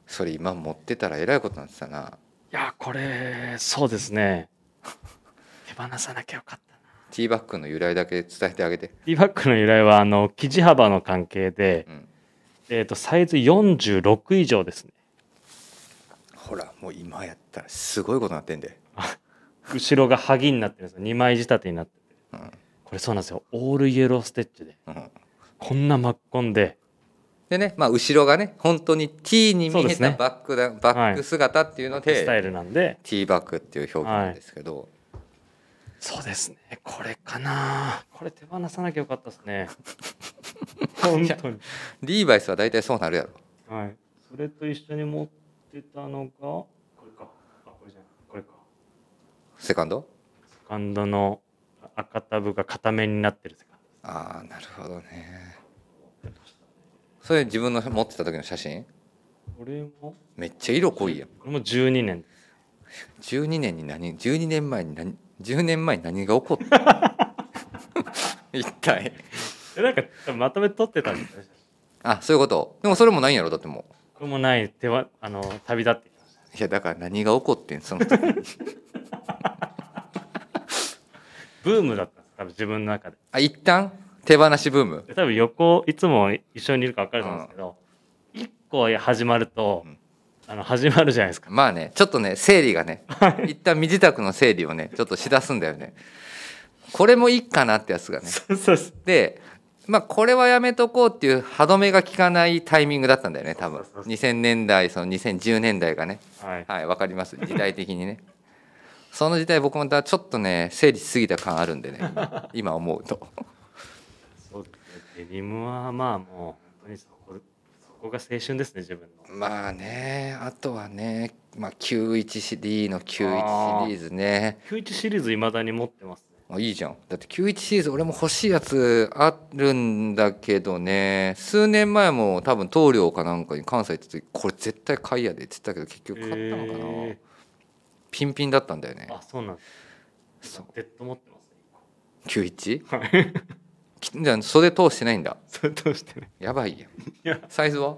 それ今持ってたらえらいことになってたないやこれそうですね手放さなきゃよかったなティーバックの由来だけ伝えてあげて、ティーバックの由来はあの生地幅の関係でう、ん、えー、とサイズ46以上ですねほらもう今やったらすごいことになってんで、後ろがはぎになってるんですよ2枚仕立てになっててうんこれそうなんですよオールイエローステッチでうん、こんな巻っ込んででね、まあ、後ろがね本当に T に見そうでえすねたバックだ、バック姿っていうので、スタイルなんで T バックっていう表現なんですけど、そうですねこれかなこれ手放さなきゃよかったです ね本当にリーバイスは大体そうなるやろはい。それと一緒に持ってたのが、これか。あ、これじゃない。これか。セカンドセカンドの赤タブが固めになってるセカンドああなるほどねそれ自分の持ってた時の写真です。これも、めっちゃ色濃いやんこれも12年です。 12年に何12年前に何10年前に何が起こった 一体えなんか、まとめて撮ってたんですね。あそういうことでもそれもないんやろだってもこれもない、手は、あの、旅立ってきました。ういやだから何が起こってんその時 ブームだったんです、多分自分の中で。あ一旦手放しブームで多分横、いつも一緒にいるか分かると思うんですけど、1個始まるとうん、あの、始まるじゃないですか。まあねちょっとね整理がね一旦身支度の整理をねちょっとしだすんだよねこれもいいかなってやつがねそうそうそうで、まあ、これはやめとこうっていう歯止めが効かないタイミングだったんだよね多分そうそうそうそう2000年代その2010年代がねはい。はいわかります時代的にね その時代僕もだちょっとね整理しすぎた感あるんで ね今思うとそうですね。デニムはまあもう本当にそこそこが青春ですね自分の。まあねあとはね、まあ、91シリーの91シリーズね91シリーズ未だに持ってますね。あいいじゃんだって91シリーズ俺も欲しいやつあるんだけどね数年前も多分棟梁かなんかに関西行った時これ絶対買いやでって言ってたけど結局買ったのかな、えピンピンだったんだよねーあそうなんです。そうデッド持ってますね。 91一個はい。 きじゃあ袖通してないんだそれどうしてね。やばいややんサイズは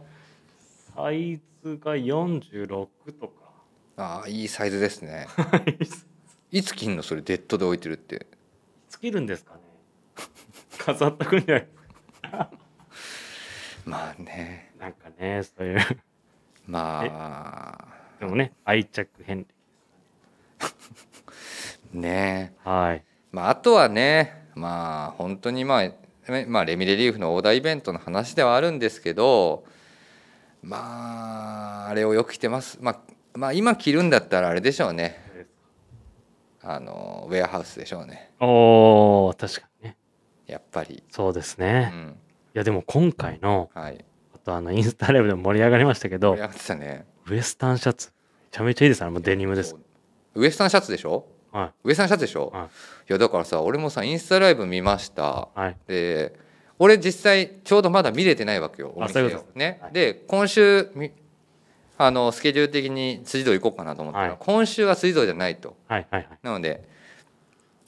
サイズが46とか。ああいいサイズですねいつ着んのそれデッドで置いてるって尽きるんですかね。飾ったくんじゃない。まあねなんかねそういうまあでもね愛着遍ねえ歴。はい。まあ、あとはねまあ本当にまあ、ねまあ、レミレリーフのオーダーイベントの話ではあるんですけどまああれをよく着てます、まあ、まあ今着るんだったらあれでしょうねそうですあのウェアハウスでしょうねおー確かにね。やっぱりそうですうね。いんやでも今回のはいあとあのインスタライブでも盛り上がりましたけど盛り上。がってたねウエスタンシャツ。めちゃめちゃいいです。あれもデニムです。ウエスタンシャツでしょはウエスタンシャツでしょ、はいい、やだからさ俺もさインスタライブ見ましたい。はい。で俺実際ちょうどまだ見れてないわけよおあ店そうをいうことですねはいで今週みあのスケジュール的に辻堂行こうかなと思ったら、はい今週は辻堂じゃないとはい。はい。はいなので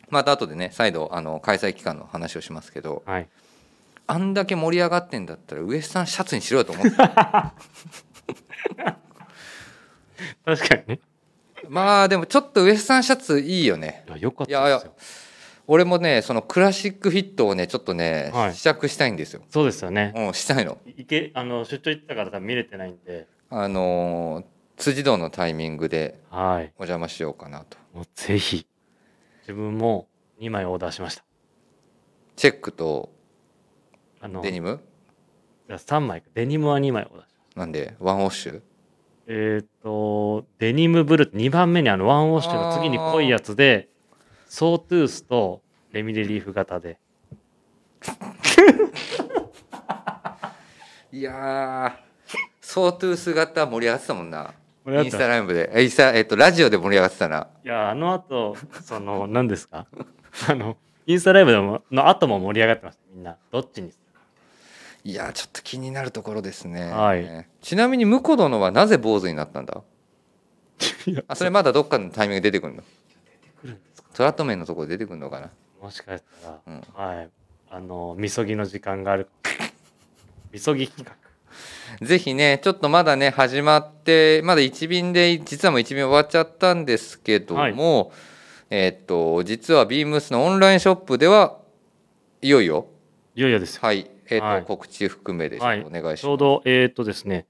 また後でね再度あの開催期間の話をしますけどはい。あんだけ盛り上がってんだったらウエスタンシャツにしろよと 思って確かにね。まあでもちょっとウエスタンシャツいいよねいや、よかったですよ。俺もねそのクラシックフィットをねちょっとね、はい試着したいんですよそうですよね。うんしたいのいけ、あの、出張行ってたから多分見れてないんで。あのー辻堂のタイミングではい。お邪魔しようかなともうぜひ。自分も2枚オーダーしました。チェックとあの、デニム3枚か。デニムは2枚オーダーしました。なんでワンウォッシュえっ、と、デニムブルー2番目にあの、ワンウォッシュの次に濃いやつで、ソートゥースとレミレリーフ型で。いやーソートゥース型盛り上がってたもんなこれだインっスたタらいライブで、えインスタ、えっと、ラジオで盛り上がってたな。や、あの後、その、 何ですかあの、インスタライブでもの後も盛り上がってました、みんな。どっちにすいやー、ちょっと気になるところですね。はいちなみに、婿殿はなぜ坊主になったんだいやあ、それまだどっかのタイミングで出てくるのるんですかトラット面のところで出てくるのかなもしかしたら、うんはい。あの、みそぎの時間があるかも。みそぎ企画。ぜひね、ちょっとまだね、始まって、まだ1便で、実はもう1便終わっちゃったんですけども、はいえっと、実はビームスのオンラインショップでは、いよいよ、いよいよですよ。はい、えっと、はい告知含めでちょはっいとお願いします。ちょうど、えーっ、とですね、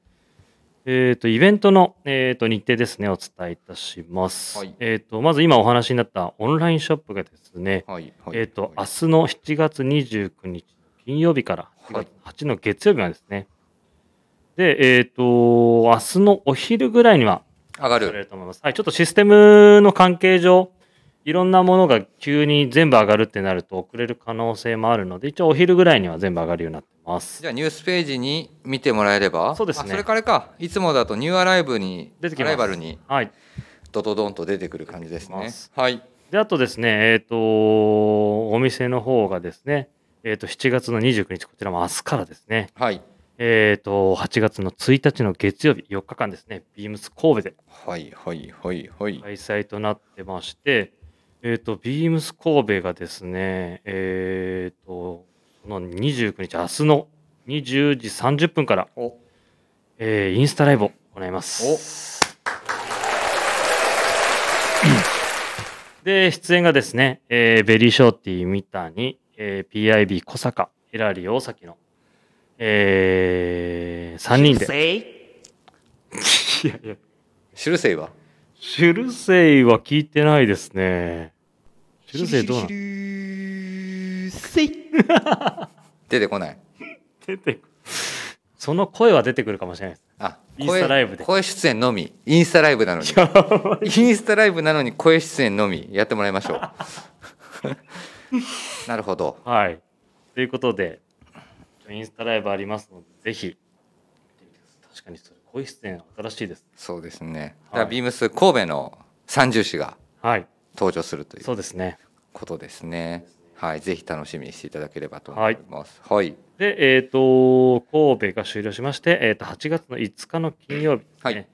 えーっ、と、イベントの、えーっ、と、日程ですね、お伝えいたします。はいえーっ、と、まず今お話になったオンラインショップがですね、はい、はい、えーっ、と、明はい日の7月29日、金曜日から8はい月8の月曜日までですね。で、えーっ、と、明日のお昼ぐらいには、上がされる。ると思います。はい、ちょっとシステムの関係上、いろんなものが急に全部上がるってなると遅れる可能性もあるので、一応お昼ぐらいには全部上がるようになってます。じゃあ、ニュースページに見てもらえれば、そうですねあそれからか、いつもだとニューアライブに、出てきアますライバルに、はい。ドドドンと出てくる感じです出てきねます。はい。で、あとですね、えっ、と、お店の方がですね、えっ、と、7月の29日、こちらも明日からですね、はい。えっ、と、8月の1日の月曜日、4日間ですね、ビームス神戸ではい、はい、はい、はい。開催となってまして、えっ、と、ビームス神戸がですね、えっ、と、この29日、明日の20時30分から、おえーインスタライブを行います。 で、出演がですね、えーベリーショーティー三谷、えー PIB 小坂、エラリー大崎の、え3人で。いやいや、シュルセイはシュルセイは聞いてないですね。シュルセイどうなの 出てこない。出てくその声は出てくるかもしれないです。あ、インスタライブで声声出演のみ。インスタライブなの に。インスタライブなのに声出演のみ。やってもらい ましょう。なるほど。はい。ということで、インスタライブありますので、ぜひ、見てみてください確かにそれ、恋出演新しいです。そうですね。はいだからビームス神戸の三重師がはい。登場するというそうですね。ことですね。はい。ぜひ楽しみにしていただければと思います。はい。で、えっ、と、神戸が終了しまして、えっ、と、8月の5日の金曜日ですね。はい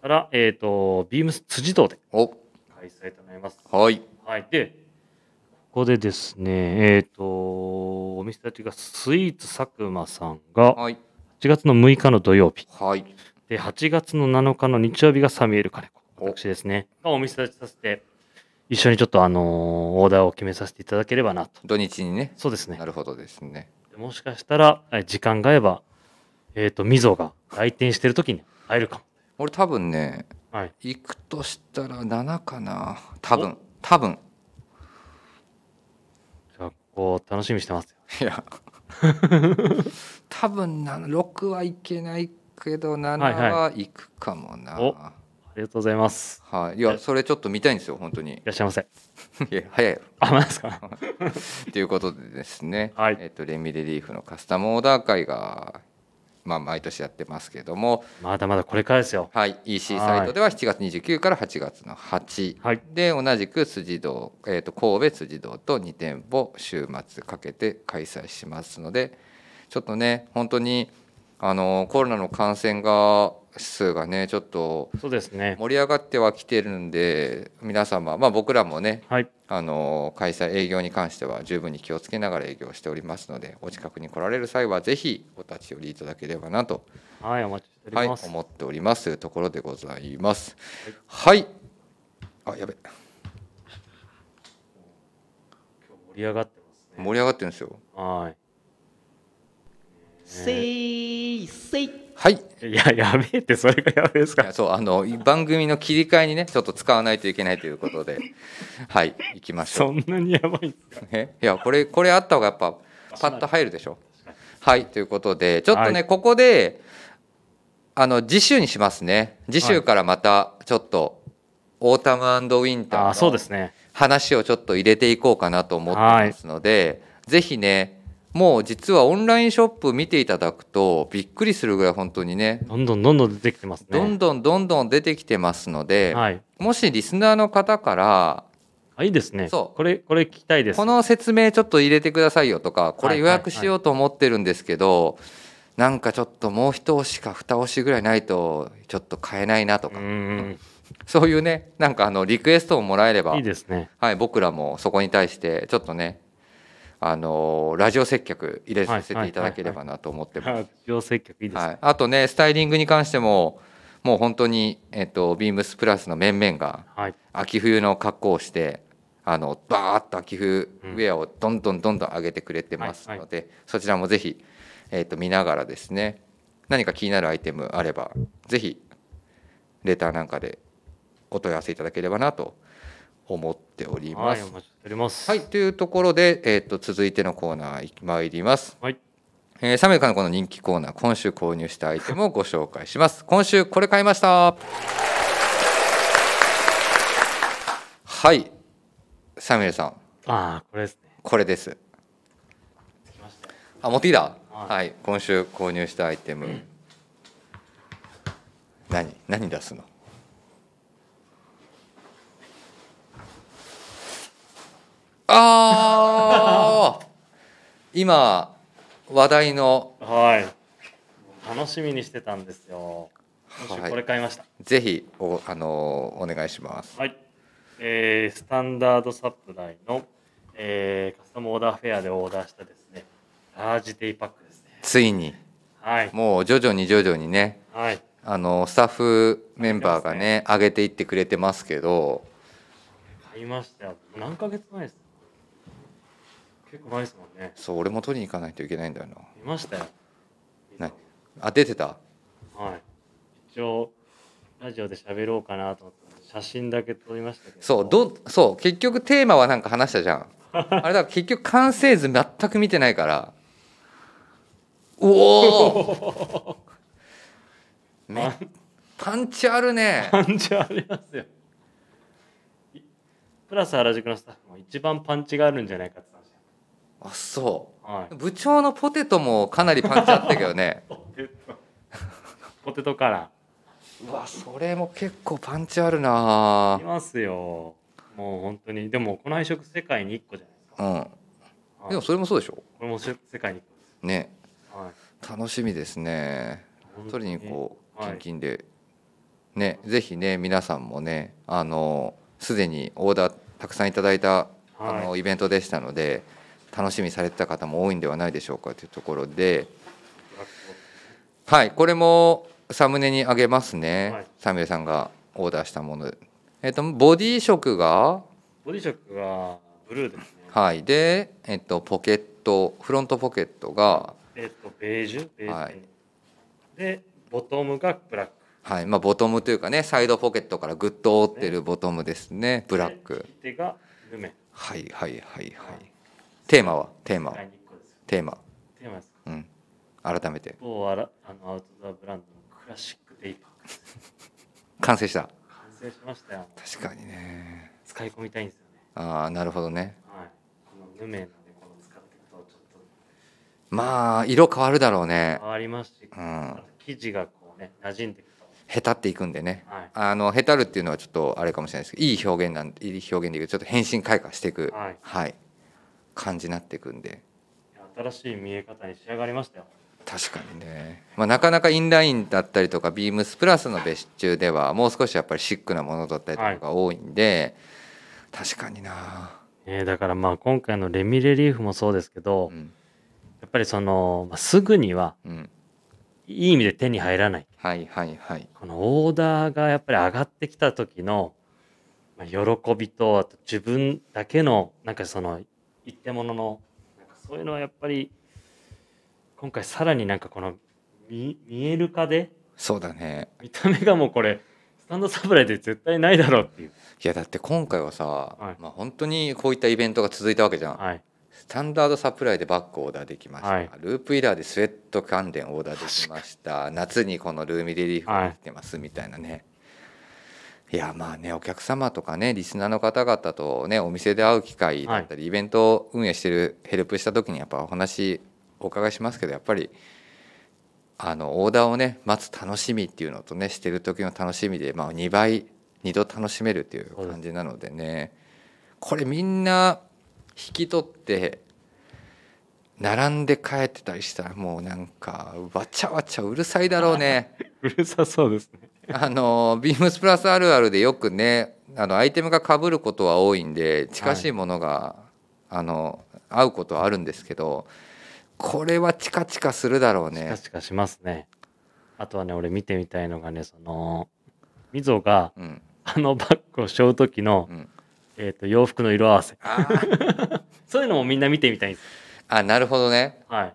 から、えっ、と、ビームス辻堂でお、開催となります。はい。はい。で、ここでですね、えっ、と、お店たちがスイーツ佐久間さんが、はい。 8月の6日の土曜日、はい。で8月の7日の日曜日がサミュエル・カネコお私ですねがお店立ちさせて一緒にちょっとあのーオーダーを決めさせていただければなと土日にね。そうですねなるほどですね。もしかしたらえ時間が合えばえっ、とみぞが来店してる時に会えるかも俺多分ね、はい行くとしたら7かな。多分。多分。じゃあこう楽しみにしてますよいや 多分な6はいけないけど7はいはいはいくかもなおはありがとうございますい、い、やそれちょっと見たいんですよ本当 にいらっしゃいませいや早いよあマジですかということでですね、はいえっとレミレリーフのカスタムオーダー会がまあ毎年やってますけども、まだまだこれからですよはい、EC サイトでは7月29から8月の8、はいで同じく辻堂、えー、と神戸辻堂と2店舗週末かけて開催しますのでちょっとね本当にあのコロナの感染が数がねちょっとそうですね盛り上がってはきてるんで皆様、まあ、僕らもねはいあの開催営業に関しては十分に気をつけながら営業しておりますのでお近くに来られる際はぜひお立ち寄りいただければなとはいお待ちしておはい、ります、思っておりますというところでございます。はい。あ、やべ。盛り上がってますね盛り上がってるんですよ。はいはい。いややべえってそれがやべえですいかやそう、あの、番組の切り替えにね、ちょっと使わないといけないということで。はい、行きましょそんなにやばいんですかう。ね、いや、これ、これあった方がやっぱ、パッと入るでしょはい、ということで、ちょっとね、はいここで。あの、次週にしますね。次週からまた、ちょっと。オータムウィンターあのあそうですね話をちょっと入れていこうかなと思ってますので、ぜひねもう実はオンラインショップ見ていただくとびっくりするぐらい本当にねどんどんどんどん出てきてますね。どんどんどんどん出てきてますので、はい。もしリスナーの方からあ、いいですね。そうこれ、これ聞きたいです。この説明ちょっと入れてくださいよとかこれはい予はい約しようと思ってるんですけど、なんかちょっともう一押しか二押しぐらいないとちょっと買えないなとうか、ん。そういうねなんかあのリクエストをもらえればいいですね。はい、僕らもそこに対してちょっとねあのーラジオ接客入れさせていただければなと思ってます。要接客いいですね。はい、あとねスタイリングに関してももう本当に、えっと、ビームスプラスの面々がはい。秋冬の格好をしてあのバーッと秋冬ウェアをどんどんどんどん上げてくれてますので、そちらもぜひ、えっと見ながらですね何か気になるアイテムあればぜひレターなんかでお問い合わせいただければなと思っておりまはい。すお。待ちしております。はい、。というところで、えー、と続いてのコーナーい参ります。はい。えー、サメカのこの人気コーナー、今週購入したアイテムをご紹介します。今週これ買いました。はい、サミュエルさん、ああ、これですね。これです。着きましたよあ、持ってきた。は、はいい今週購入したアイテム。何、何出すの。ああ。 今、話題の、はい。楽しみにしてたんですよ。今週これ買いました。ぜひ、お、あのーお願いします。はい、えースタンダードサプライの、えーカスタムオーダーフェアでオーダーしたですねラージデイパックですねついに、はいもう徐々に徐々にね、はいあのスタッフメンバーがね、上げていってくれてますけど。買いましたよ何ヶ月前ですか結構前ですもんねそう、俺も取りに行かないといけないんだよな。見ましたよなあ、出てた。はい一応ラジオで喋ろうかなと思って写真だけ撮りましたけどそうどうそう結局テーマはなんか話したじゃんあれだから結局完成図全く見てないからおおめパンチある ねパンチありますよいプラス原宿のスタッフも一番パンチがあるんじゃないかって話あそはう部長のポテトもかなりパンチあったけどねポテトポテトカラうわそれも結構パンチあるないますよもう本当にでもこの配色世界に1個じゃないですかうんはいでもそれもそうでしょこれもせ世界に1個でねす、はい楽しみですね本当取りにはこう、いキンキンで、ね、ぜひね、皆さんもね、あの、すでにオーダーたくさんいただいた、あの、はイベントでしたので。楽しみにされてた方も多いんではないでしょうかというところで、はい、これもサムネにあげますね。はいサミュエルさんがオーダーしたもの。えっと、ボディ色が、ボディ色がブルーですね、はい、で、えっと、ポケット、フロントポケットが。えっ、とベージュベージュ、はいでボトムがブラックはいまあ、ボトムというかねサイドポケットからぐっと覆ってるボトムですねブラックで利き手がルメはいはいはいははいい。テーマはテー世マは界に1個ですよテーマ。テーマですうん。改めて某あらあのアウトドアブランドのクラシックデイパー完成した。完成しましたよ確かにね。使い込みたいんですよねああなるほどね。はいこのルメなんでこの使っていくとちょっとまあ色変わるだろうね変。わりますし、うんあと生地がこうね馴染んでいくと、へたっていくんでね。はいあのへたるっていうのはちょっとあれかもしれないですけど、いい表現なんいい表現で言うとちょっと変身開花していく、はいはい、感じになっていくんで。新しい見え方に仕上がりましたよ確かにね、まあ、なかなかインラインだったりとかビームスプラスの別注ではもう少しやっぱりシックなものだったりとかが多いんで、確かにな、えーだからまあ今回のレミレリーフもそうですけど、うんやっぱりその、まあ、すぐにはうん、いい意味で手に入らないはいはいはいこのオーダーがやっぱり上がってきた時の、まあ、喜びとあと自分だけのなんかその一点物のなんかそういうのはやっぱり今回さらになんかこの見見える化でそうだね見た目がもうこれスタンドサプライで絶対ないだろうっていういやだって今回はさ、はいまあ、本当にこういったイベントが続いたわけじゃん、はいスタンダードサプライでバッグをオーダーできました、はいループイラーでスウェット関連オーダーできました夏にこのルーミレリーフができてますみたいなね、いやまあねお客様とかねリスナーの方々とねお店で会う機会だったり、イベントを運営してるヘルプした時にやっぱお話お伺いしますけどやっぱりあのオーダーをね待つ楽しみっていうのとねしてる時の楽しみで、まあ、2倍2度楽しめるっていう感じなのでねこれみんな引き取って並んで帰ってたりしたらもうなんかわちゃわちゃうるさいだろ うね。うるさそうですね。あのビームスプラスあるあるでよくねあのアイテムが被ることは多いんで近しいものが、あの合うことはあるんですけどこれはチカチカするだろうチねカ。チカしますね。あとはね、俺見てみたいのがね、その、みぞがうんあのバッグを背負う時のう、ん、えっ、と、洋服の色合わせ。あー そういうのもみんな見てみたいんです。あなるほどね。はい。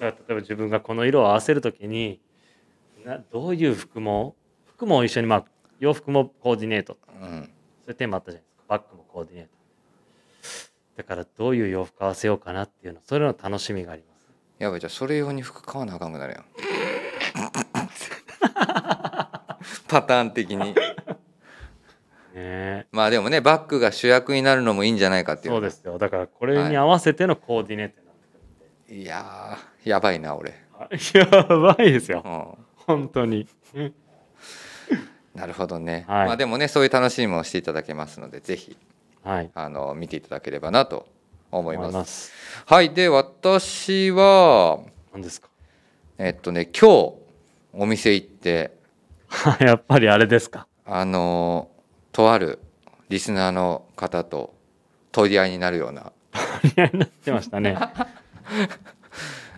だから例えば自分がこの色を合わせるときにな、どういう服も、服も一緒に、まあ、洋服もコーディネート。うそん、ういうテーマあったじゃないですか。バッグもコーディネート。だからどういう洋服合わせようかなっていうの、それの楽しみがあります。やばいじゃあそれ用に服買わなあかんくなるやん。 パターン的ねに。えまあでもねバッグが主役になるのもいいんじゃないかっていうそうですよ。だからこれに合わせてのコーディネートなんいやーやばいな俺。ですよ、 やばいですよう。ん本当に。なるほどね、はいまあでもねそういう楽しみもしていただけますのでぜひはい。あの見ていただければなと思いますす。はいで私は何ですか えっとね今日お店行ってやっぱりあれですか。あのとあるリスナーの方と取り合いになるような取り合いになってましたね。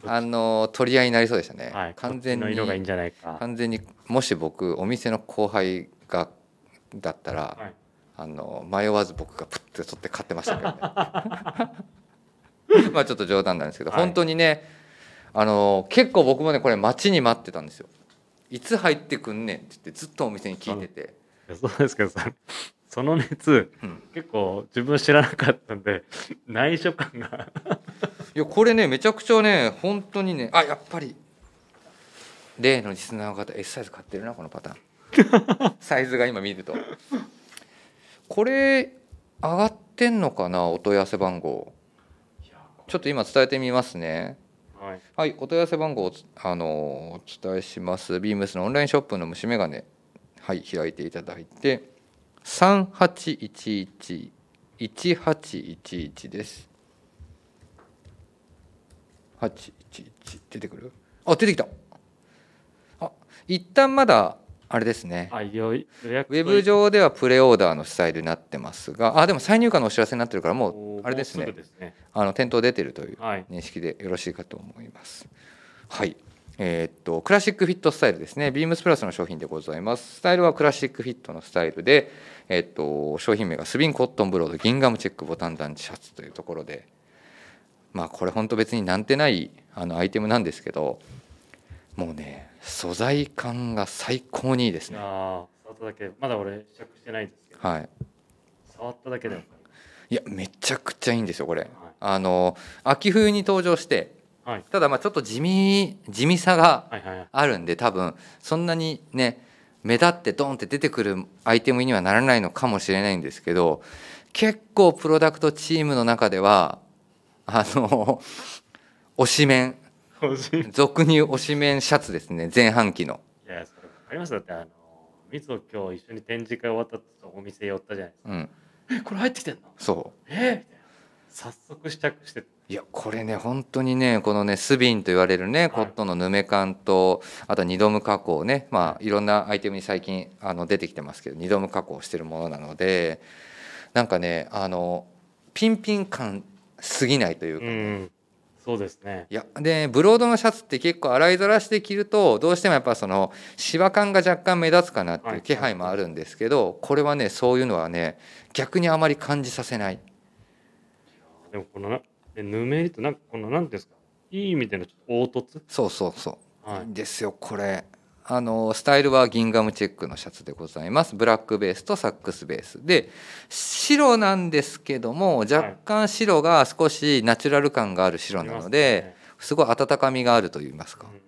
あの取り合いになりそうでしたね、はい。完全こっちのに色がいいんじゃないか。完全にもし僕お店の後輩がだったら、はい。あの迷わず僕がプッて取って買ってましたけ どねまあちょっと冗談なんですけど、はい本当にねあの結構僕もねこれ待ちに待ってたんですよいつ入ってくんねんって言ってずっとお店に聞いてて、いやそうですけどさ、その熱、うん結構自分知らなかったんで、内緒感が。いやこれねめちゃくちゃね本当にねあやっぱり例のリスナーの方 S サイズ買ってるなこのパターン サイズが今見るとこれ上がってんのかなお問い合わせ番号ちょっと今伝えてみますねはい。はい、お問い合わせ番号をつ、あのーお伝えします。ビームスのオンラインショップの虫眼鏡、はい、開いていただいて、3811-1811です。811出てくるあ、出てきたあ、一旦まだ、あれですね。あ、よい予約ウとェブ上ではプレオーダーのスタイルになってますが、あ、でも再入荷のお知らせになってるから、もう、あれですもねうぐ。ですね。あの、店頭出てるという。はい。認識でよろしいかと思います。はい。えーっとクラシックフィットスタイルですね、ビームスプラスの商品でございます。スタイルはクラシックフィットのスタイルで、えーっと商品名がスビンコットンブロード、ギンガムチェックボタンダンシャツというところで、まあ、これ、本当別になんてないあのアイテムなんですけど、もうね、素材感が最高にいいですいやね。ー触っただけ、まだ俺試着してないですけど、はい、触っただけでわかる。いや、めちゃくちゃいいんですよ、これ。あの秋冬に登場して、はい。ただ、まあちょっと地味地味さがはいはいはい。あるんで多分そんなにね目立ってドンって出てくるアイテムにはならないのかもしれないんですけど結構プロダクトチームの中ではあの推しメン個人俗に言う推しメンシャツですね前半期のいや、それ分かりました。だって、あの、みつを今日一緒に展示会終わったとお店寄ったじゃないでうんすか。え、これ入ってきてんのそえーみたいな。早速試着して、ういやこれね本当にねこのねスビンと言われるねコットンのぬめ感とあとは二度無加工ねまあいろんなアイテムに最近あの出てきてますけど二度無加工してるものなのでなんかねあのピンピン感すぎないというか、うん、そうですね。いやでブロードのシャツって結構洗いざらして着るとどうしてもやっぱそのシワ感が若干目立つかなっていはうい気配もあるんですけどこれはねそういうのはね逆にあまり感じさせないでもこのな、でぬめりと、なんかこの、なんていうんですか、いい意味でのちょっと凹そうそうそ凸はうい。ですよこれあのスタイルはギンガムチェックのシャツでございますブラックベースとサックスベースで白なんですけども若干白が少しナチュラル感がある白なので、ありますすごい温かみがあると言いますかね、うん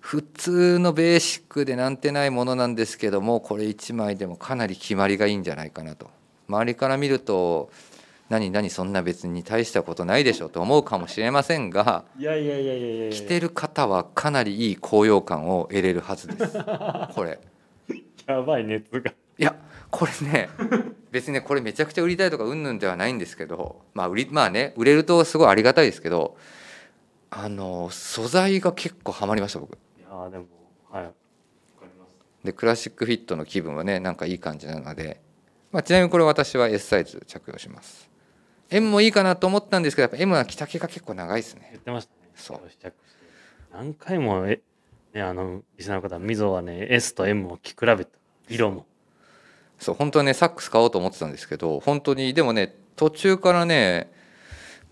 普通のベーシックでなんてないものなんですけどもこれ1枚でもかなり決まりがいいんじゃないかなと周りから見ると何何そんな別に大したことないでしょと思うかもしれませんがいやいやいやいやいやいや着てる方はかなりいい高揚感を得れるはずですこれやばい熱がいやこれね別にねこれめちゃくちゃ売りたいとかうんぬんではないんですけどまあ売りまあね売れるとすごいありがたいですけどあの素材が結構ハマりました僕いやーでもはいわかりますでクラシックフィットの気分はねなんかいい感じなので、まあ、ちなみにこれ私は S サイズ着用します M もいいかなと思ったんですけどやっぱ M は着丈が結構長いですね言ってましたねそう試着して何回もえねあのリスナーの方みぞはね S と M を着比べた色もそう本当はねサックス買おうと思ってたんですけど本当にでもね途中からね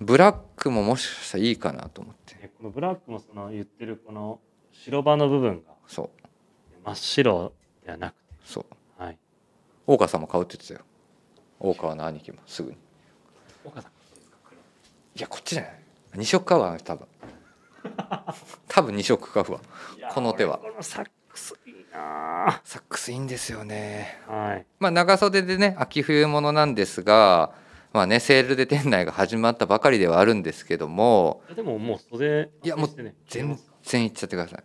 ブラックももしかしたらいいかなと思ってねこのブラックもその言ってるこの白場の部分がそう真っ白ではなくてそうはい大川さんも買うって言ってたよ大川の兄貴もすぐに岡さんいやこっちじゃない2色買うわ多分多分2色買うわこの手はこのサックスいいなサックスいいんですよねーはいまあ、長袖でね秋冬物なんですが、まあね、セールで店内が始まったばかりではあるんですけどもいやでももう袖いやもう外してね着れま全すか然いっちゃってください。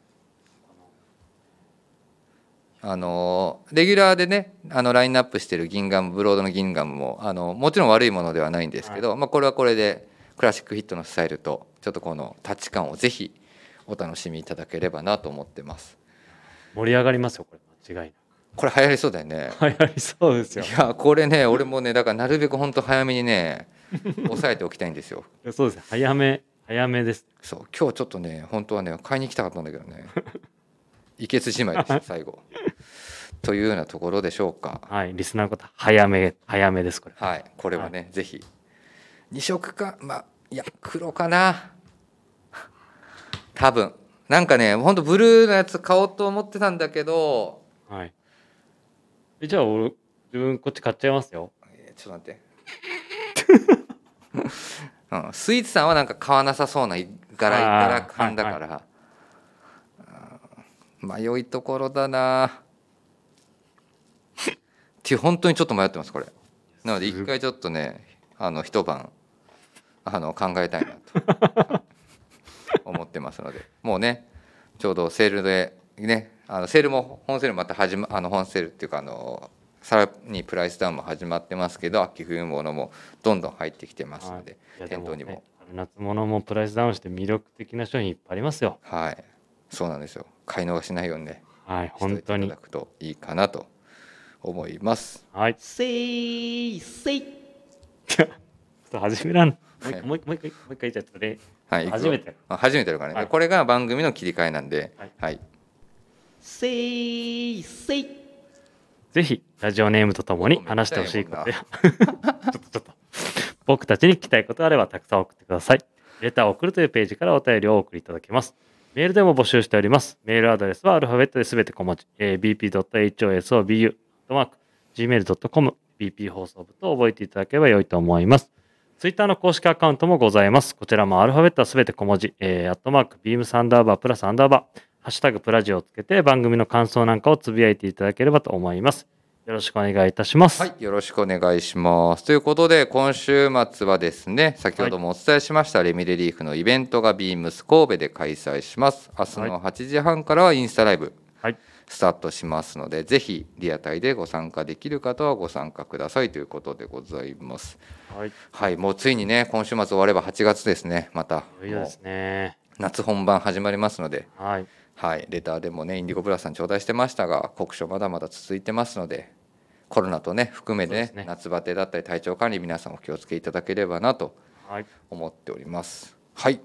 あのレギュラーでねあのラインナップしてるギンガムブロードのギンガムもあのもちろん悪いものではないんですけど、まあ、これはこれでクラシックヒットのスタイルとちょっとこのタッチ感をぜひお楽しみいただければなと思ってます。盛り上がりますよこれ間違いこれ流行りそうだよね。なく流行り そうですよいやこれね俺もねだからなるべく本当早めにね抑えておきたいんですよいやそうですね早め早めですそう今日ちょっとね本当はね買いに行きたかったんだけど ねいけつじまいでした最後というようなところでしょうかはいリスナーの方早め早めですこれはいこれはね、ぜひ2色かまあいや黒かな多分なんかね本当ブルーのやつ買おうと思ってたんだけどはいえじゃあ俺自分こっち買っちゃいますよえーちょっと待って、 うん、スイーツさんはなんか買わなさそうな柄あー柄感だから、うん迷いところだなっていう本当にちょっと迷ってますこれなので一回ちょっとねあの一晩あの考えたいなと思ってますのでもうねちょうどセールでねあのセールも本セールまた始まあの本セールっていうかあのさらにプライスダウンも始まってますけど秋冬物もどんどん入ってきてますので、いやで店頭にもね春夏物もプライスダウンして魅力的な商品いっぱいありますよはいそうなんですよ買い逃しないようにねはいしと本いて当いたにだくといいかなと思いますはいせいせい ちょっと始めらんもう一はい回もう一回もう一回もう一回言っちゃったねはいいくよ初めてあ初めてだからね、はいこれが番組の切り替えなんではいはいせいせいぜひラジオネームとともに話してほし いことやちょっとちょっと僕たちに聞きたいことがあればたくさん送ってくださいレターを送るというページからお便りをお送りいただけますメールでも募集しておりますメールアドレスはアルファベットで全て小文字、えー bp.hosobu.gmail.com bp 放送部と覚えていただければ良いと思いますツイッターの公式アカウントもございます。こちらもアルファベットはすべて小文字、えー、アットマーク、ビームサンダーバー、プラスアンダーバー、ハッシュタグプラジオをつけて番組の感想なんかをつぶやいていただければと思います。よろしくお願いいたします。はい、よろしくお願いします。ということで、今週末はですね、先ほどもお伝えしました、レミレリーフのイベントがビームス神戸で開催します。明日の8時半からはインスタライブはい。スタートしますので、ぜひリアタイでご参加できる方はご参加くださいということでございます。はい。はい、もうついにね、今週末終われば8月ですね、また。いいですね。もう夏本番始まりますので、はい。はい、レターでもねインディゴブラさん頂戴してましたが酷暑まだまだ続いてますのでコロナとね含めてそうねですね夏バテだったり体調管理皆さんお気をつけいただければなとはい。思っておりますはい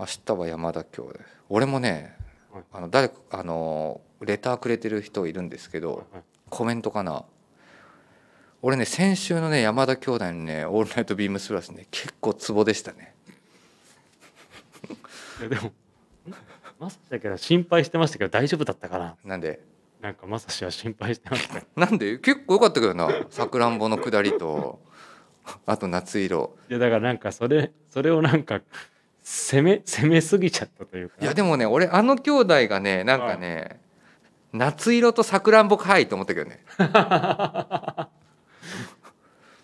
明日は山田兄弟俺もねはいあの誰かあのレターくれてる人いるんですけどコメントかな俺ね先週のね山田兄弟のね「オールナイトビームスプラスね」結構ツボでしたねいやでも、んまさしだけど心配してましたけど大丈夫だったかななんでなんかまさしは心配してました。いなんで結構良かったけどなさくらんぼの下りとあと夏色やだからなんかそれ、それをなんか攻め攻めすぎちゃったというかいやでもね俺あの兄弟がねなんかね、夏色とさくらんぼかいと思ったけどね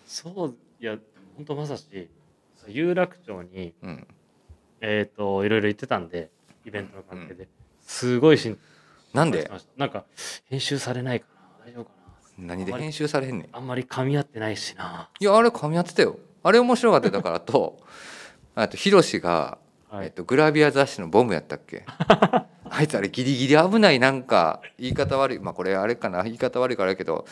そういや本当まさしそう有楽町にうんえっ、といろいろ行ってたんでイベントの関係で、すごい心なん配しでましたなんか編集されないかな大丈夫かな何で編集されへんねんあんまり噛み合ってないしないやあれ噛み合ってたよあれ面白かっただからとあとヒロシが、はいえっと、グラビア雑誌のボムやったっ けあいつあれギリギリ危ないなんか言い方悪いまあこれあれかな言い方悪いからやけど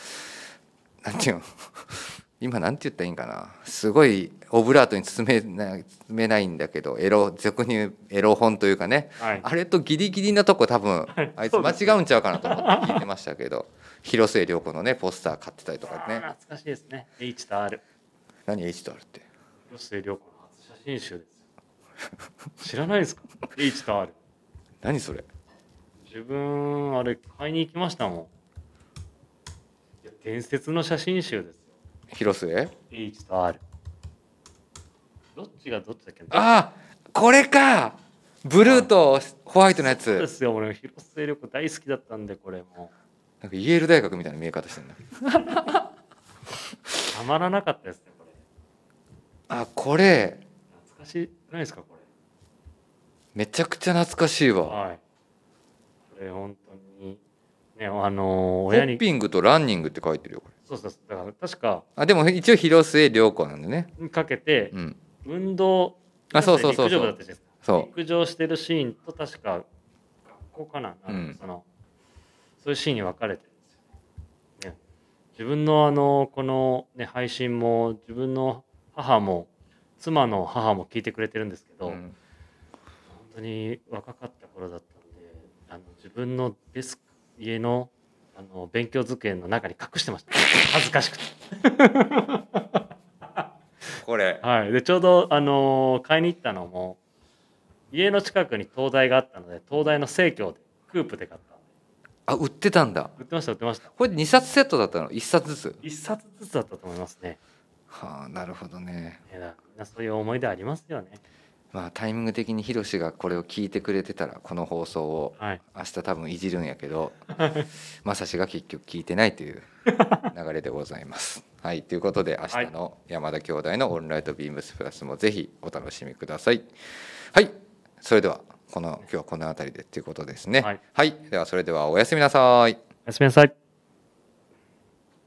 なんていうの 今なんて言ったらいいんかなすごいオブラートに包めない包めないんだけどエロ俗に言うエロ本というかねはいあれとギリギリなとこ多分あいつ間違うんちゃうかなと思って聞いてましたけど広末涼子のねポスター買ってたりとかあーね懐かしいですね H と R 何 H とあるって広末涼子の初写真集ですよ知らないですか H と R 何それ自分あれ買いに行きましたもんいや伝説の写真集ですよ広末 H と R どっちがどっちだっけあこれかブルーとホワイトのやそうでつすよ俺広末涼子大好きだったんでこれもなんかイェール大学みたいな見え方してるなうたまらなかったですねこれあこれ懐かしくないですかこめちゃくちゃ懐かしいれわはいこれ本当にねあのーホ親にッピングとランニングって書いてるよこれそうそうそうだから確かあでも一応広末涼子なんでねかけてうん運動あそうそうそう陸上そ部だっうたじゃないですかそ陸上してるシーンと確か学校かなうんなんかその、そういうシーンに分かれてるんですよ、ね、自分のあのこの、ね、配信も自分の母も妻の母も聞いてくれてるんですけう、ど、うん本当に若かった頃だったんであの自分のデスク家のあの勉強机の中に隠してました恥ずかしくてこれはい、でちょうど、あのー買いに行ったのも家の近くに灯台があったので灯台の生協でクープで買ったんであ売ってたんだ売ってました売ってましたこれ2冊セットだったの1冊ずつ1冊ずつだったと思いますねはあなるほどねねだからみんなそういう思い出ありますよねまあタイミング的にヒロシがこれを聞いてくれてたらこの放送をはい明日多分いじるんやけどまさしが結局聞いてないという流れでございます。 はいということで明日の山田兄弟の「オンライトビームスプラス」もぜひお楽しみください。はいそれではこの今日はこの辺りでということですね。はいはい、ではそれではおやすみなさい。おやすみなさい